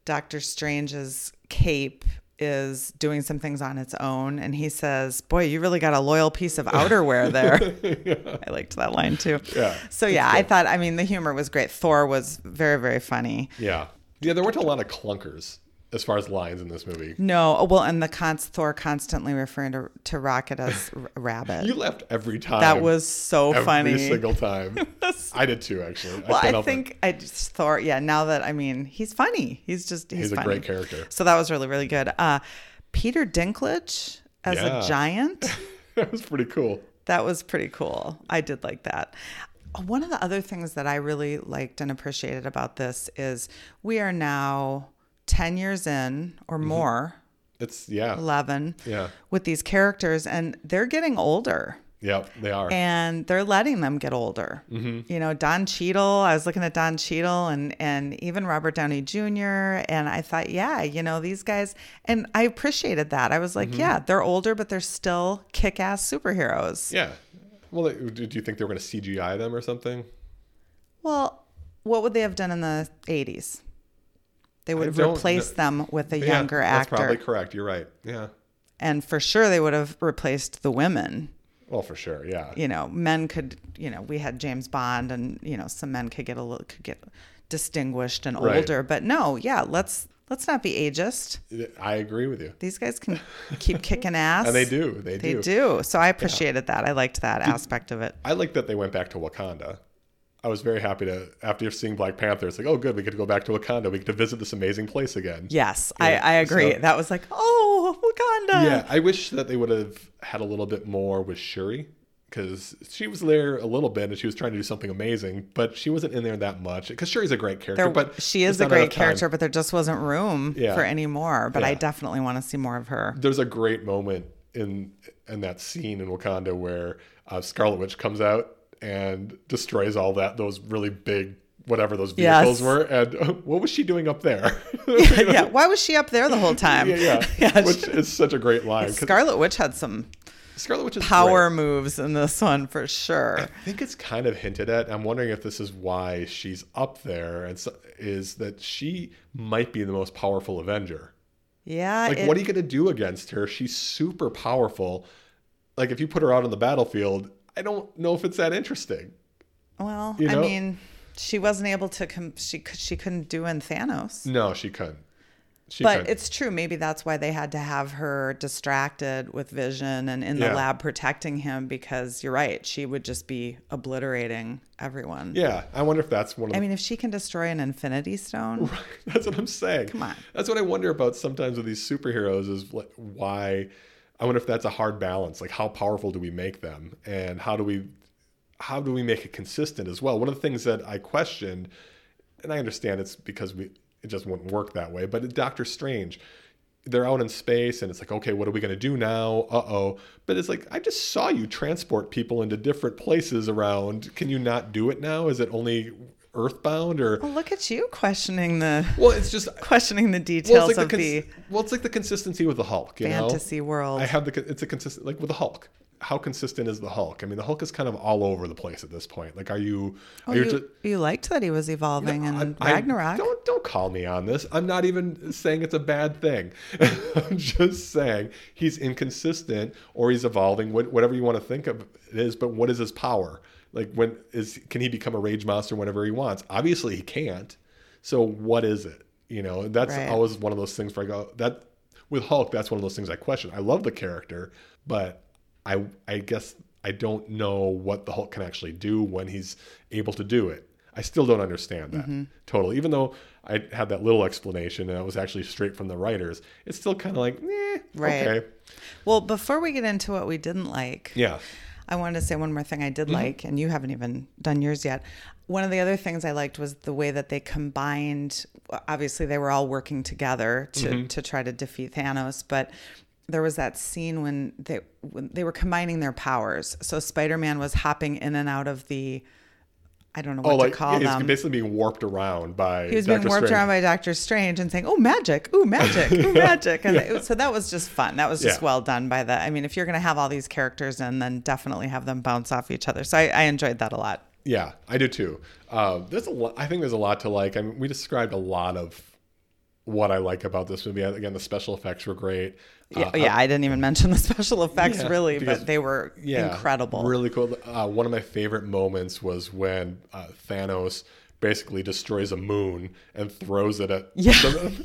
Doctor Strange's cape is doing some things on its own, and he says, "Boy, you really got a loyal piece of outerwear there." I liked that line too.
Yeah,
So yeah, I thought. I mean, the humor was great. Thor was very, very funny.
Yeah. Yeah, there weren't a lot of clunkers as far as lines in this movie.
No, oh, well, and the cons- Thor constantly referring to, to Rocket as r- Rabbit.
You laughed every time.
that was so
every
funny.
single time. I did too, actually.
well,
can't
I
help it.
think I just Thor. Yeah, now that I mean, he's funny. He's just he's,
he's a
funny.
great character.
So that was really really good. Uh, Peter Dinklage as
Yeah.
a giant.
that was pretty cool.
That was pretty cool. I did like that. One of the other things that I really liked and appreciated about this is we are now 10 years in or more,
It's yeah,
11,
Mm-hmm. yeah,
with these characters, and they're getting older
yeah. They are.
and they're letting them get older.
Mm-hmm.
You know, Don Cheadle. I was looking at Don Cheadle and and even Robert Downey Jr. And I thought, yeah, you know, these guys. And I appreciated that. I was like,
Mm-hmm.
yeah, they're older, but they're still kick-ass superheroes.
yeah. Well, they- do do you think they were going to CGI them or something?
Well, what would they have done in the '80s? They would have
don't kn-
replaced them with a
Yeah,
younger
that's
actor,
probably correct. You're right. Yeah.
and for sure they would have replaced the women.
Well, for sure. Yeah.
you know, men could, you know, we had James Bond, and you know, some men could get a little, could get distinguished and
Right.
older. But no, yeah, let's let's not be ageist.
I agree with you.
These guys can keep kicking ass,
And they do. They,
They
do.
do. So I appreciated that. I liked that aspect of it.
I like that they went back to Wakanda. I was very happy to after seeing Black Panther. It's like, oh, good, we get to go back to Wakanda. We get to visit this amazing place again.
Yes,
Yeah,
I, I agree.
so-
that was like, oh, Wakanda.
Yeah, I wish that they would have had a little bit more with Shuri because she was there a little bit and she was trying to do something amazing, but she wasn't in there that much. Because Shuri's a great character,
There-
but
she is
it's
a
not
great
enough time.
character, but there just wasn't room
Yeah.
for any more. But I
Yeah.
definitely want to see more of her.
There's a great moment in in that scene in Wakanda where uh, Scarlet Witch comes out and destroys all that those really big whatever those
Yes.
vehicles were, and uh, what was she doing up there?
yeah, why was she up there the whole time?
yeah, yeah.
Yeah,
which is such a great line. 'cause
Scarlet Witch had some
Scarlet Witch is
power
Great.
moves in this one for sure.
I think it's kind of hinted at. I'm wondering if this is why she's up there. It's, is that she might be the most powerful Avenger?
Yeah.
Like,
it-
what are you going to do against her? She's super powerful. Like, if you put her out on the battlefield, I don't know if it's that interesting.
well,
you
I
know?
mean, she wasn't able to. Com- she could. She couldn't do in Thanos.
No, she couldn't. She
but
couldn't.
it's true. Maybe that's why they had to have her distracted with Vision and in the
Yeah.
lab protecting him because you're right. She would just be obliterating everyone.
yeah, I wonder if that's one of the
I mean, if she can destroy an Infinity Stone,
That's what I'm saying. Come
on.
That's what I wonder about sometimes with these superheroes is like why I wonder if that's a hard balance. Like how powerful do we make them and how do we how do we make it consistent as well? One of the things that I questioned and I understand it's because we it just wouldn't work that way, but Doctor Strange they're out in space and it's like okay what are we going to do now uh-oh but it's like i just saw you transport people into different places around can you not do it now is it only earthbound or
well, look at you questioning the
well it's just
questioning the
well,
details
it's like
of
the,
the
cons- well, it's like the consistency with the Hulk. You
fantasy
know?
world.
I have the. con- It's a consistent like with the Hulk. How consistent is the Hulk? I mean, the Hulk is kind of all over the place at this point. Like, are you? Are
Oh,
you,
you,
just,
you liked that he was evolving in
I- I-
Ragnarok.
don't don't call me on this. I'm not even saying it's a bad thing. I'm just saying he's inconsistent or he's evolving. What, whatever you want to think of it is, but what is his power? Like, when is can he become a rage monster whenever he wants? Obviously, he can't. So what is it? You know, that's
Right.
always one of those things where I go that with Hulk. That's one of those things I question. I love the character, but I I guess I don't know what the Hulk can actually do when he's able to do it. I still don't understand that
Mm-hmm.
totally. Even though I had that little explanation and it was actually straight from the writers, it's still kind of like, eh,
Right.
okay.
Well, before we get into what we didn't like,
Yeah. Mm-hmm.
I wanted to say one more thing I did like, and you haven't even done yours yet. One of the other things I liked was the way that they combined. Obviously, they were all working together to
Mm-hmm.
to try to defeat Thanos, but there was that scene when they when they were combining their powers. So Spider Man was hopping in and out of the, I don't know what
Oh,
to
like
call
he's
them.
basically being warped around by
He was
Doctor
being warped
Strange.
around by Doctor Strange and saying, "Oh, magic! Ooh, magic! Ooh, magic!" And it- so that was just fun. That was just
Yeah.
well done by the. I mean, if you're going to have all these characters and then definitely have them bounce off each other, so I, I enjoyed that a lot.
Yeah, I do too. Uh, there's a lot. I think there's a lot to like. I mean, we described a lot of what I like about this movie. Again, the special effects were great. Uh,
Yeah, yeah, I didn't even mention the special effects
Yeah,
really,
because-
but they were
yeah,
incredible.
Really cool. Uh, one of my favorite moments was when uh, Thanos basically destroys a moon and throws it at.
yeah,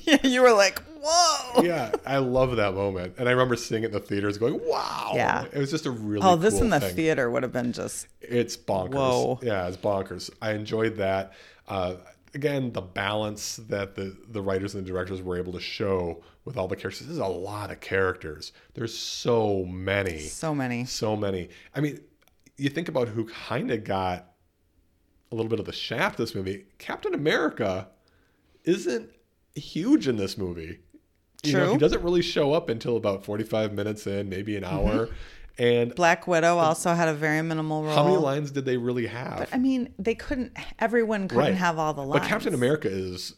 yeah, you were like, "Whoa!"
yeah, I love that moment, and I remember seeing it in the theaters, going, "Wow!"
Yeah.
it was just a really.
oh, this
cool
in the
thing.
theater would have been just
It's bonkers.
Whoa.
Yeah, it's bonkers. I enjoyed that. Uh, again, the balance that the the writers and the directors were able to show with all the characters. There's a lot of characters. There's so many,
so many.
so many. I mean, you think about who kind of got a little bit of the shaft this movie. Captain America isn't huge in this movie. You know,
True. Mm-hmm.
he doesn't really show up until about 45 minutes in, maybe an hour. And
Black Widow also had a very minimal role.
how many lines did they really have?
I mean, they couldn't. Everyone couldn't have all the lines.
But Captain America is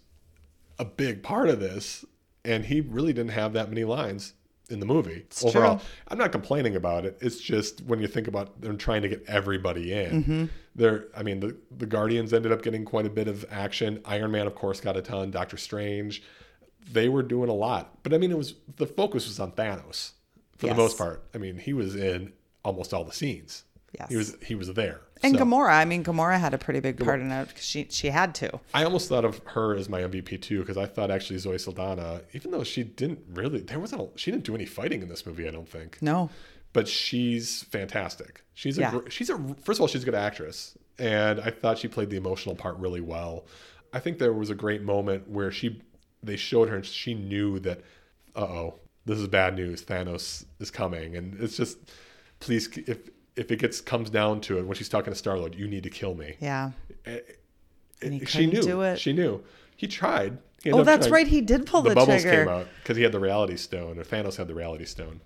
a big part of this, and he really didn't have that many lines in the movie overall.
true.
I'm not complaining about it. It's just when you think about them trying to get everybody in.
Mm-hmm.
There, I mean, the the Guardians ended up getting quite a bit of action. Iron Man, of course, got a ton. Doctor Strange, they were doing a lot. But I mean, it was the focus was on Thanos for
Yes.
the most part. I mean, he was in almost all the scenes.
Yes.
He was he was there.
And
So-
Gamora, I mean, Gamora had a pretty big part in it because she she had to.
I almost thought of her as my MVP too because I thought actually Zoe Saldana, even though she didn't really, there wasn't, a, she didn't do any fighting in this movie, I don't think.
No,
But she's fantastic. She's a
Yeah.
gr- she's a first of all she's a good actress, and I thought she played the emotional part really well. I think there was a great moment where she they showed her and she knew that, uh oh, this is bad news. Thanos is coming, and it's just, please if if it gets comes down to it, when she's talking to Star Lord, you need to kill me.
yeah. And he
she knew.
couldn't do it.
She knew. He tried. He ended
Oh,
up
that's
trying.
right. He did pull
The,
the,
bubbles
trigger.
came out because he had the reality stone, or Thanos had the reality stone.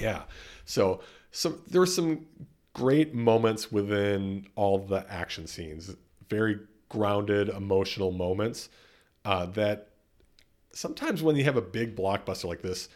Yeah. So, some there were some great moments within all the action scenes. Very grounded, emotional moments uh, that sometimes when you have a big blockbuster like this,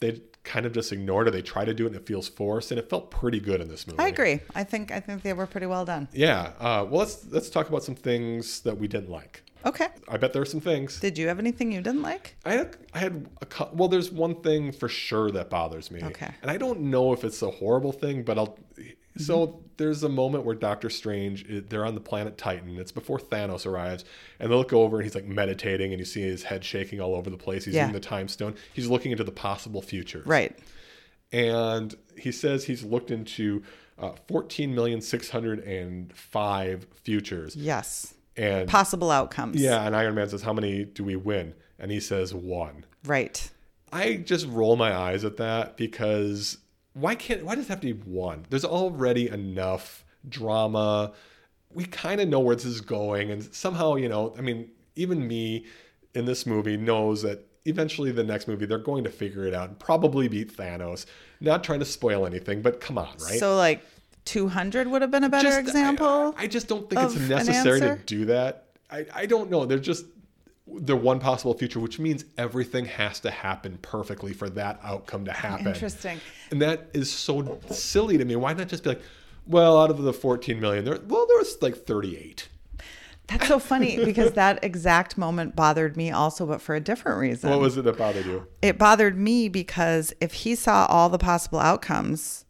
they kind of just ignored it. They try to do it and it feels forced, and it felt pretty good in this movie.
I agree. I think I think they were pretty well done.
Yeah. Uh, well, let's let's talk about some things that we didn't like.
Okay.
I bet there are some things.
Did you have anything you didn't like?
I had, I had a cou- well. There's one thing for sure that bothers me,
Okay.
and I don't know if it's a horrible thing, but I'll.
Mm-hmm.
So there's a moment where Doctor Strange, i- they're on the planet Titan. It's before Thanos arrives, and they look over, and he's like meditating, and you see his head shaking all over the place. He's
Yeah.
in the time stone. He's looking into the possible future,
Right.
and he says he's looked into uh, 14,605 futures,
Yes.
and
Possible outcomes.
yeah, and Iron Man says, "How many do we win?" And he says, "One."
Right.
I just roll my eyes at that because why can't why does it have to be one? There's already enough drama. We kind of know where this is going, and somehow, you know, I mean, even me in this movie knows that eventually the next movie they're going to figure it out and probably beat Thanos. Not trying to spoil anything, but come on, right?
So like, two hundred would have been a better
Just- I-
example.
I, just don't think it's
of an
necessary to
answer?
do that. I, I don't know. They're just they're one possible future, which means everything has to happen perfectly for that outcome to happen.
Interesting.
And that is so silly to me. Why not just be like, well, out of the 14 million, there well, there was like 38.
That's so funny because that exact moment bothered me also, but for a different reason.
What was it that bothered you?
it bothered me because if he saw all the possible outcomes,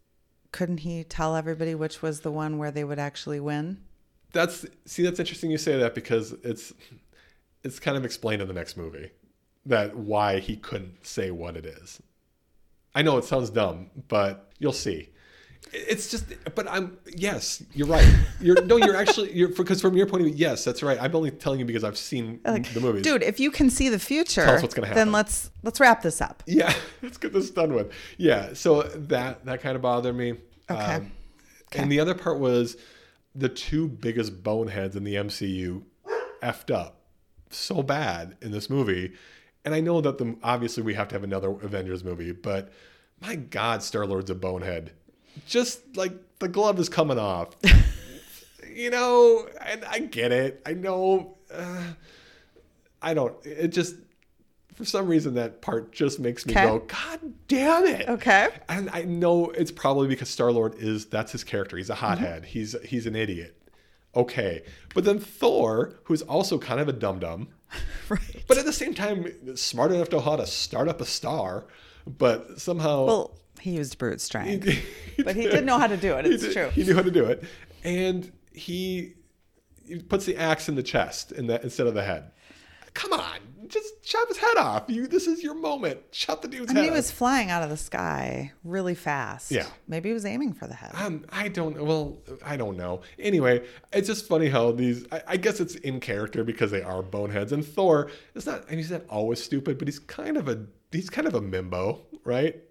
couldn't he tell everybody which was the one where they would actually win?
That's see, that's interesting you say that because it's it's kind of explained in the next movie that why he couldn't say what it is. I know it sounds dumb, but you'll see. It's just, but I'm yes, you're right. You're no, you're actually you're because from your point of view, yes, that's right. I'm only telling you because I've seen the movies.
Dude, if you can see the future,
Tell us what's gonna happen.
then let's let's wrap this up.
Yeah, let's get this done with. Yeah, so that that kind of bothered me. Um,
Okay.
And the other part was the two biggest boneheads in the MCU effed up so bad in this movie. And I know that the obviously we have to have another Avengers movie, but my God, Star Lord's a bonehead. Just like the glove is coming off, you know. And I get it. I know. Uh, I don't. It just for some reason that part just makes me
Okay.
go, God damn it.
Okay.
And I know it's probably because Star Lord is that's his character. He's a
Mm-hmm.
hothead. He's he's an idiot. Okay. But then Thor, who's also kind of a dum dum,
Right.
but at the same time smart enough to know how to start up a star, but somehow
Well, he used brute strength,
he
but he did know how to do it. It's
did-
true.
He knew how to do it. And he, he puts the axe in the chest in the, instead of the head. Come on, just chop his head off. You this is your moment. Chop the dude's
I mean,
head
he
off.
was flying out of the sky really fast.
Yeah.
Maybe he was aiming for the head.
Um, I don't. Well, I don't know. Anyway, it's just funny how these. I, I guess it's in character because they are boneheads. And Thor is not. I mean, he's not always stupid, but he's kind of a. He's kind of a mimbo, right?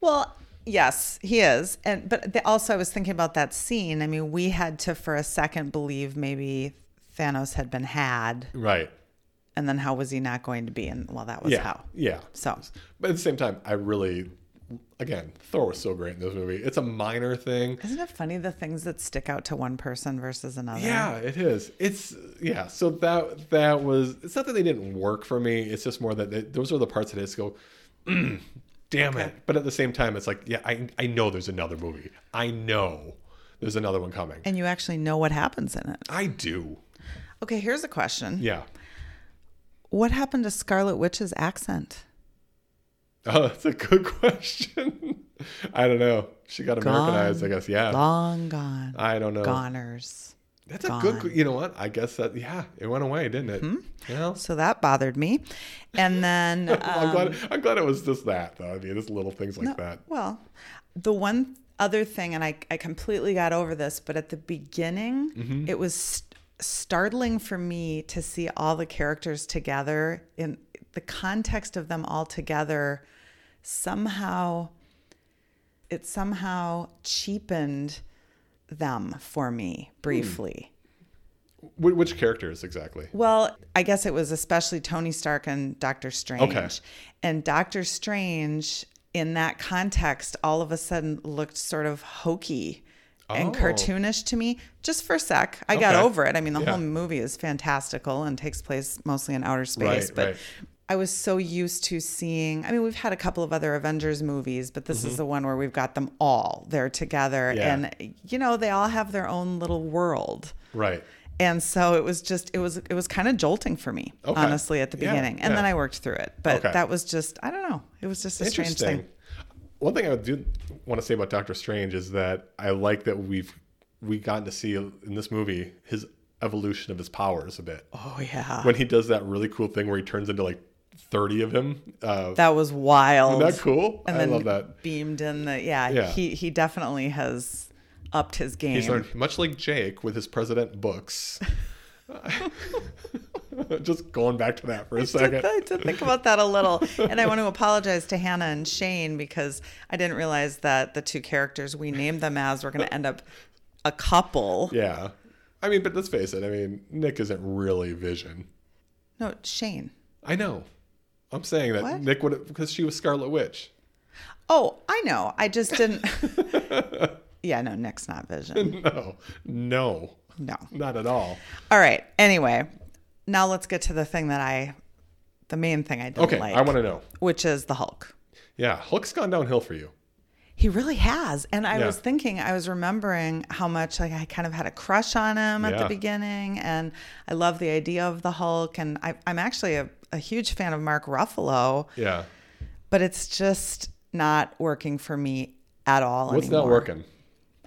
Well, yes, he is. And but the, also I was thinking about that scene. I mean, we had to for a second believe maybe Thanos had been had,
Right.
and then how was he not going to be? And well, that was
Yeah.
how.
Yeah.
So
But at the same time, I really, again, Thor was so great in this movie. It's a minor thing.
isn't it funny the things that stick out to one person versus another?
Yeah, it is. It's yeah. So that that was. It's not that they didn't work for me. It's just more that they, those are the parts that I just go, mm, damn it. But at the same time, it's like yeah, I I know there's another movie. I know there's another one coming.
And you actually know what happens in it.
I do.
Okay, here's a question.
Yeah.
What happened to Scarlet Witch's accent?
Oh, that's a good question. I don't know. She got Americanized, I guess. Yeah.
Long gone.
I don't know.
Goners.
That's a good. You know what? I guess that yeah, it went away, didn't
Hmm?
it? Well,
So that bothered me. And then
I'm glad. I'm glad it was just that though. I mean, just little things like that.
Well, the one other thing, and I, I completely got over this, but at the beginning,
Mm-hmm.
it was st- startling for me to see all the characters together in the context of them all together. Somehow, it somehow cheapened them for me
Hmm.
briefly.
Wh- Which characters exactly?
Well, I guess it was especially Tony Stark and Doctor Strange. And Doctor Strange, in that context, all of a sudden looked sort of hokey and
Oh.
cartoonish to me just for a sec. I got
Okay.
over it. I mean, the
Yeah.
whole movie is fantastical and takes place mostly in outer space,
Right,
but
right.
I was so used to seeing. I mean, we've had a couple of other Avengers movies, but this is the one where we've got them all there together
Mm-hmm. Yeah.
and you know, they all have their own little world
Right.
and so it was just it was it was kind of jolting for me
Okay.
honestly at the
Yeah,
beginning and
yeah.
then i worked through it but
Okay.
that was just i don't know it was just a strange
Interesting.
thing
One thing I do want to say about Doctor Strange is that I like that we've we gotten to see in this movie his evolution of his powers a bit.
oh yeah
When he does that really cool thing where he turns into like thirty of him. Uh,
that was wild
isn't that cool?
and
I
then
love that.
beamed in the yeah,
Yeah.
he he definitely has upped his game
He's learned much like Jake with his president books. Just going back to that for a
I
second.
did- I did think about that a little. And I want to apologize to Hannah and Shane because I didn't realize that the two characters we named them as were going to end up a couple.
Yeah. I mean, but let's face it. I mean, Nick isn't really Vision.
No, Shane.
I know. I'm saying that
What?
Nick would because she was Scarlet Witch.
Oh, I know. I just didn't. yeah, no, Nick's not Vision.
No, no,
No.
not at all.
All right. Anyway, now let's get to the thing that I, the main thing I didn't
Okay,
like,
I want to know.
which is the Hulk.
Yeah, Hulk's gone downhill for you.
He really has. And I
Yeah.
was thinking, I was remembering how much like I kind of had a crush on him at
Yeah.
the beginning. And I love the idea of the Hulk. And I, I'm actually a, a huge fan of Mark Ruffalo,
Yeah,
but it's just not working for me at all
what's
anymore.
not working?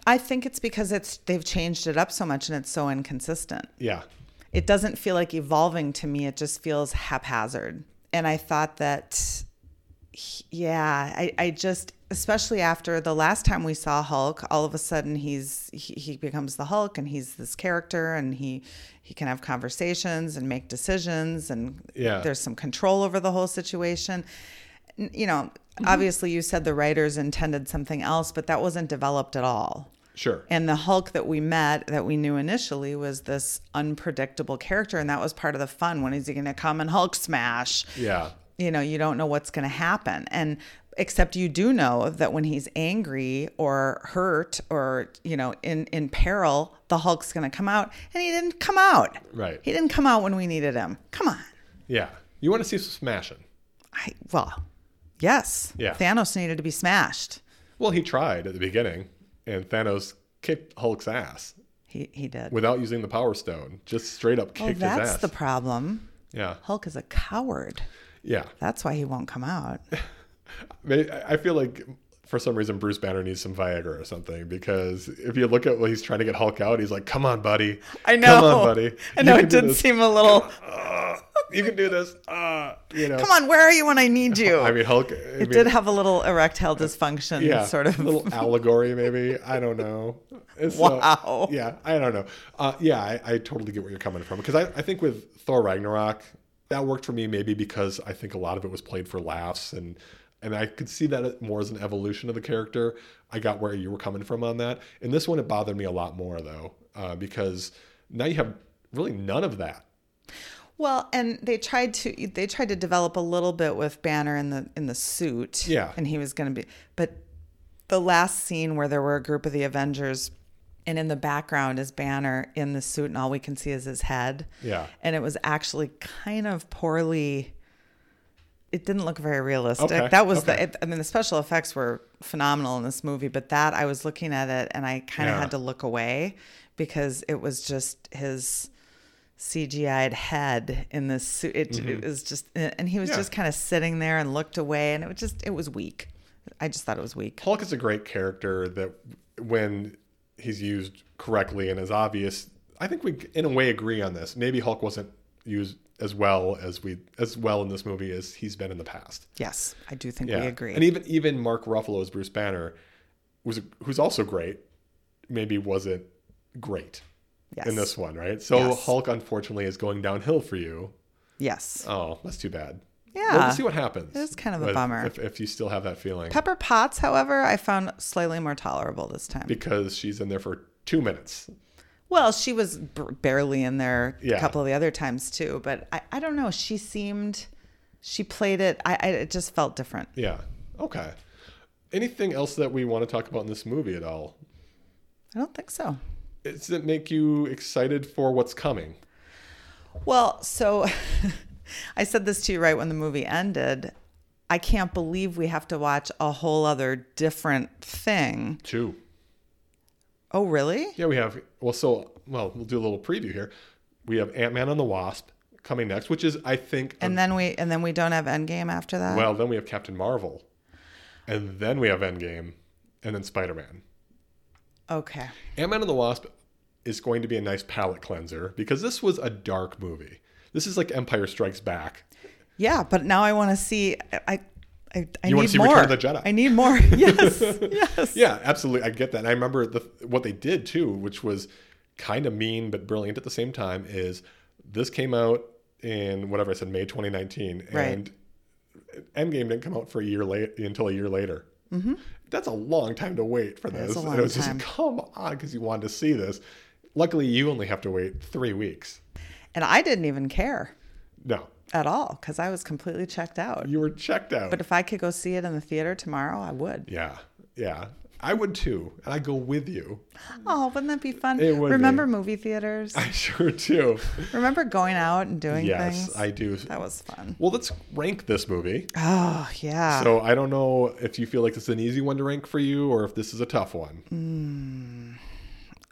I think it's because it's they've changed it up so much and it's so inconsistent.
Yeah,
It doesn't feel like evolving to me. It just feels haphazard. And I thought that, yeah, I, I just especially after the last time we saw Hulk, all of a sudden he's he, he becomes the Hulk and he's this character and he he can have conversations and make decisions and
Yeah.
there's some control over the whole situation. N- You know, obviously you said the writers intended something else, but that wasn't developed at all.
Sure.
And the Hulk that we met, that we knew initially, was this unpredictable character, and that was part of the fun. When is he going to come and Hulk smash?
yeah.
you know you don't know what's going to happen and except you do know that when he's angry or hurt or you know in in peril the hulk's going to come out and he didn't come out
Right.
he didn't come out when we needed him come on
Yeah. You want to see some smashing.
i well yes
Yeah.
thanos needed to be smashed
Well, he tried at the beginning, and Thanos kicked Hulk's ass
he he did
without using the Power Stone. Just straight up
well
kicked his
Oh, that's
ass.
the problem
yeah.
hulk is a coward
Yeah.
that's why he won't come out
May- I I feel like for some reason Bruce Banner needs some Viagra or something because if you look at what he's trying to get Hulk out, he's like, "Come on, buddy.
i know
Come on, buddy.
i know
You
it
can do
did
this.
seem a little
Ah, you can do this. Ah, you know.
come on where are you when i need you
I mean, Hulk. I
It did have a little erectile dysfunction,
yeah,
sort of.
a little allegory, maybe. I don't know. It's, uh,
Wow.
yeah, I don't know. Uh, yeah, I, I totally get where you're coming from because I, I think with Thor Ragnarok that worked for me maybe because I think a lot of it was played for laughs and and I could see that more as an evolution of the character. I got where you were coming from on that. In this one, it bothered me a lot more though uh, because now you have really none of that.
Well, and they tried to they tried to develop a little bit with Banner in the in the suit.
Yeah.
and he was going to be, but the last scene where there were a group of the Avengers, and in the background is Banner in the suit, and all we can see is his head.
Yeah.
and it was actually kind of poorly. It didn't look very realistic.
Okay,
That was the.
okay.
It, I mean, the special effects were phenomenal in this movie, but that I was looking at it and I kind of
Yeah.
had to look away because it was just his CGI'd head in this suit. It, it was just, and he was
Mm-hmm. Yeah.
just kind of sitting there and looked away, and it was just, it was weak. I just thought it was weak.
Hulk is a great character that when he's used correctly and is obvious, I think we in a way agree on this. Maybe Hulk wasn't used as well as we as well in this movie as he's been in the past.
Yes, I do think
Yeah.
we agree.
And even even Mark Ruffalo as Bruce Banner was who's also great, maybe wasn't great
yes,
in this one, right? So
Yes.
Hulk unfortunately is going downhill for you.
yes,
Oh, that's too bad.
yeah.
We'll see what happens.
is kind of a
with-
bummer.
If, if you still have that feeling.
Pepper Potts, however, I found slightly more tolerable this time.
because she's in there for two minutes.
Well, she was b- barely in there
Yeah.
a couple of the other times too, but I, I don't know. She seemed, she played it. I, I it just felt different.
Yeah. Okay. Anything else that we want to talk about in this movie at all?
I don't think so.
Does it make you excited for what's coming?
Well, so I said this to you right when the movie ended. I can't believe we have to watch a whole other different thing.
Two.
Oh, really?
Yeah, we have. Well, so well, we'll do a little preview here. We have Ant Man and the Wasp coming next, which is I think.
And uh, then we and then we don't have Endgame after that.
well, then we have Captain Marvel, and then we have Endgame, and then Spider Man.
okay.
Ant Man and the Wasp is going to be a nice palate cleanser because this was a dark movie. This is like Empire Strikes Back.
Yeah, but now I want to see. I I, I
You wanna
need
see
more.
Return of the Jedi.
I need more. yes. Yes.
Yeah, absolutely. I get that. And I remember the, what they did too, which was kind of mean but brilliant at the same time, is this came out in whatever I said, May 2019. And Endgame didn't come out for a year late until a year later. Mm-hmm. That's a long time to wait for
is
this.
a
And
long
it was
time.
just, come on, because you wanted to see this. Luckily, you only have to wait three weeks.
And I didn't even care.
No,
at all because I was completely checked out.
you were checked out.
But if I could go see it in the theater tomorrow, I would.
yeah, yeah. I would too. And I go with you.
Oh, wouldn't that be fun?
Mm. It would
Remember
be.
movie theaters?
I sure do.
Remember going out and doing
yes,
things?
I do.
that was fun.
Well, let's rank this movie.
Oh, yeah.
So I don't know if you feel like this is an easy one to rank for you or if this is a tough one.
Mm.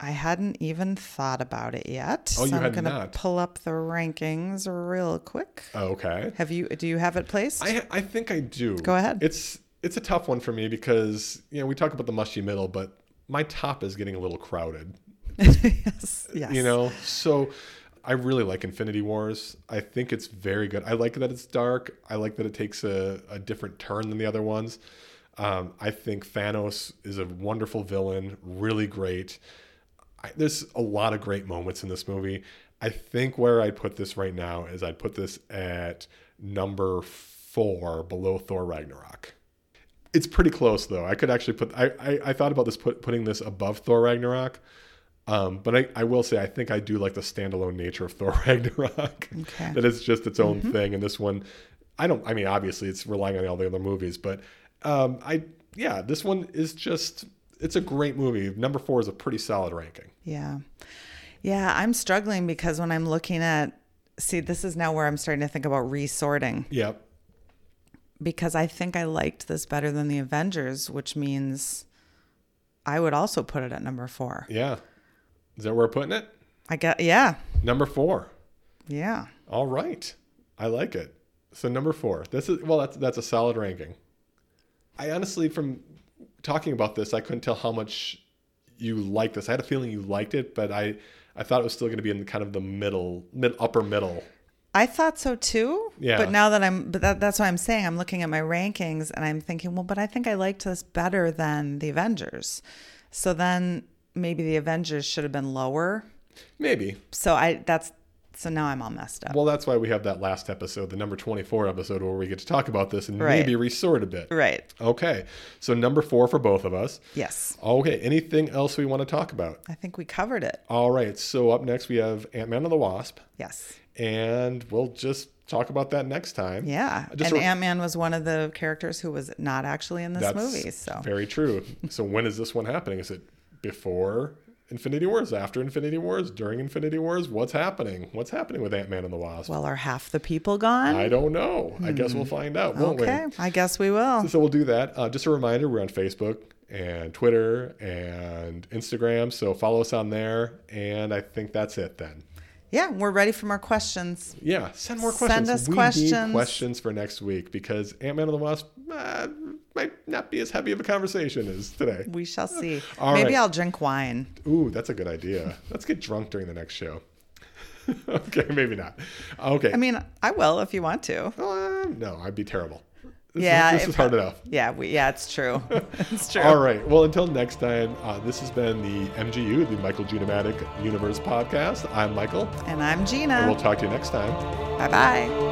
I hadn't even thought about it yet.
Oh, you
so I'm
had
gonna
not.
pull up the rankings real quick.
Okay.
Have you? Do you have it placed?
I I think I do.
Go ahead.
It's it's a tough one for me because, you know, we talk about the mushy middle, but my top is getting a little crowded,
yes. Yes.
Uh, you know. So I really like Infinity Wars. I think it's very good. I like that it's dark. I like that it takes a, a different turn than the other ones. Um, I think Thanos is a wonderful villain, really great. I, there's a lot of great moments in this movie. I think where I'd put this right now is I'd put this at number four below Thor Ragnarok. It's pretty close though. I could actually put I I, I thought about this put, putting this above Thor Ragnarok. Um, but I, I will say I think I do like the standalone nature of Thor Ragnarok.
Okay.
that it's just its own thing. And this one I don't I mean obviously it's relying on all the other movies, but um, I yeah, this one is just it's a great movie. Number four is a pretty solid ranking.
Yeah. Yeah, I'm struggling because when I'm looking at see, this is now where I'm starting to think about resorting
Yep.
because I think I liked this better than the Avengers, which means I would also put it at number 4.
Yeah. Is that where we're putting it?
I get yeah.
Number four.
Yeah.
All right. I like it. So number four. This is well that's that's a solid ranking. I honestly from talking about this, I couldn't tell how much you liked this. I had a feeling you liked it, but I I thought it was still gonna be in kind of the middle mid upper middle.
I thought so too.
Yeah.
But now that I'm, but that, that's what I'm saying. I'm looking at my rankings and I'm thinking, well, but I think I liked this better than the Avengers. So then maybe the Avengers should have been lower.
Maybe.
So I, that's, so now I'm all messed up.
Well that's why we have that last episode, the number twenty four episode where we get to talk about this and
Right.
maybe resort a bit.
right.
Okay. So number four for both of us.
Yes.
Okay, anything else we want to talk about?
I think we covered it.
All right, so up next we have Ant Man and the Wasp,
Yes.
and we'll just talk about that next time.
Yeah.
Just
and
a-
Ant Man was one of the characters who was not actually in this
That's
movie. So
very true. so when is this one happening? Is it before Infinity Wars? After Infinity Wars? During Infinity Wars? What's happening? What's happening with Ant Man and the Wasp?
well, are half the people gone?
I don't know. I guess we'll find out, won't
Hmm. okay. I guess we will.
we? So we'll do that. Uh, just a reminder: we're on Facebook and Twitter and Instagram, so follow us on there. And I think that's it then.
Yeah. We're ready for more questions.
Yeah, send more
Send
questions.
us
we
questions.
need questions for next week because Ant Man and the Wasp uh, might not be as heavy of a conversation as today.
We shall see.
All
Maybe
right.
I'll drink wine.
Ooh, that's a good idea. Let's get drunk during the next show. okay, maybe not. Okay.
I mean, I will if you want to.
Uh, no, I'd be terrible. This
Yeah,
is, this
it
is hard enough.
Yeah, we, yeah, it's true. it's true.
All right. Well, until next time, uh, this has been the MGU, the Michael Genomatic Universe podcast. I'm Michael,
And I'm
and
Gina.
we'll talk to you next time.
Bye bye.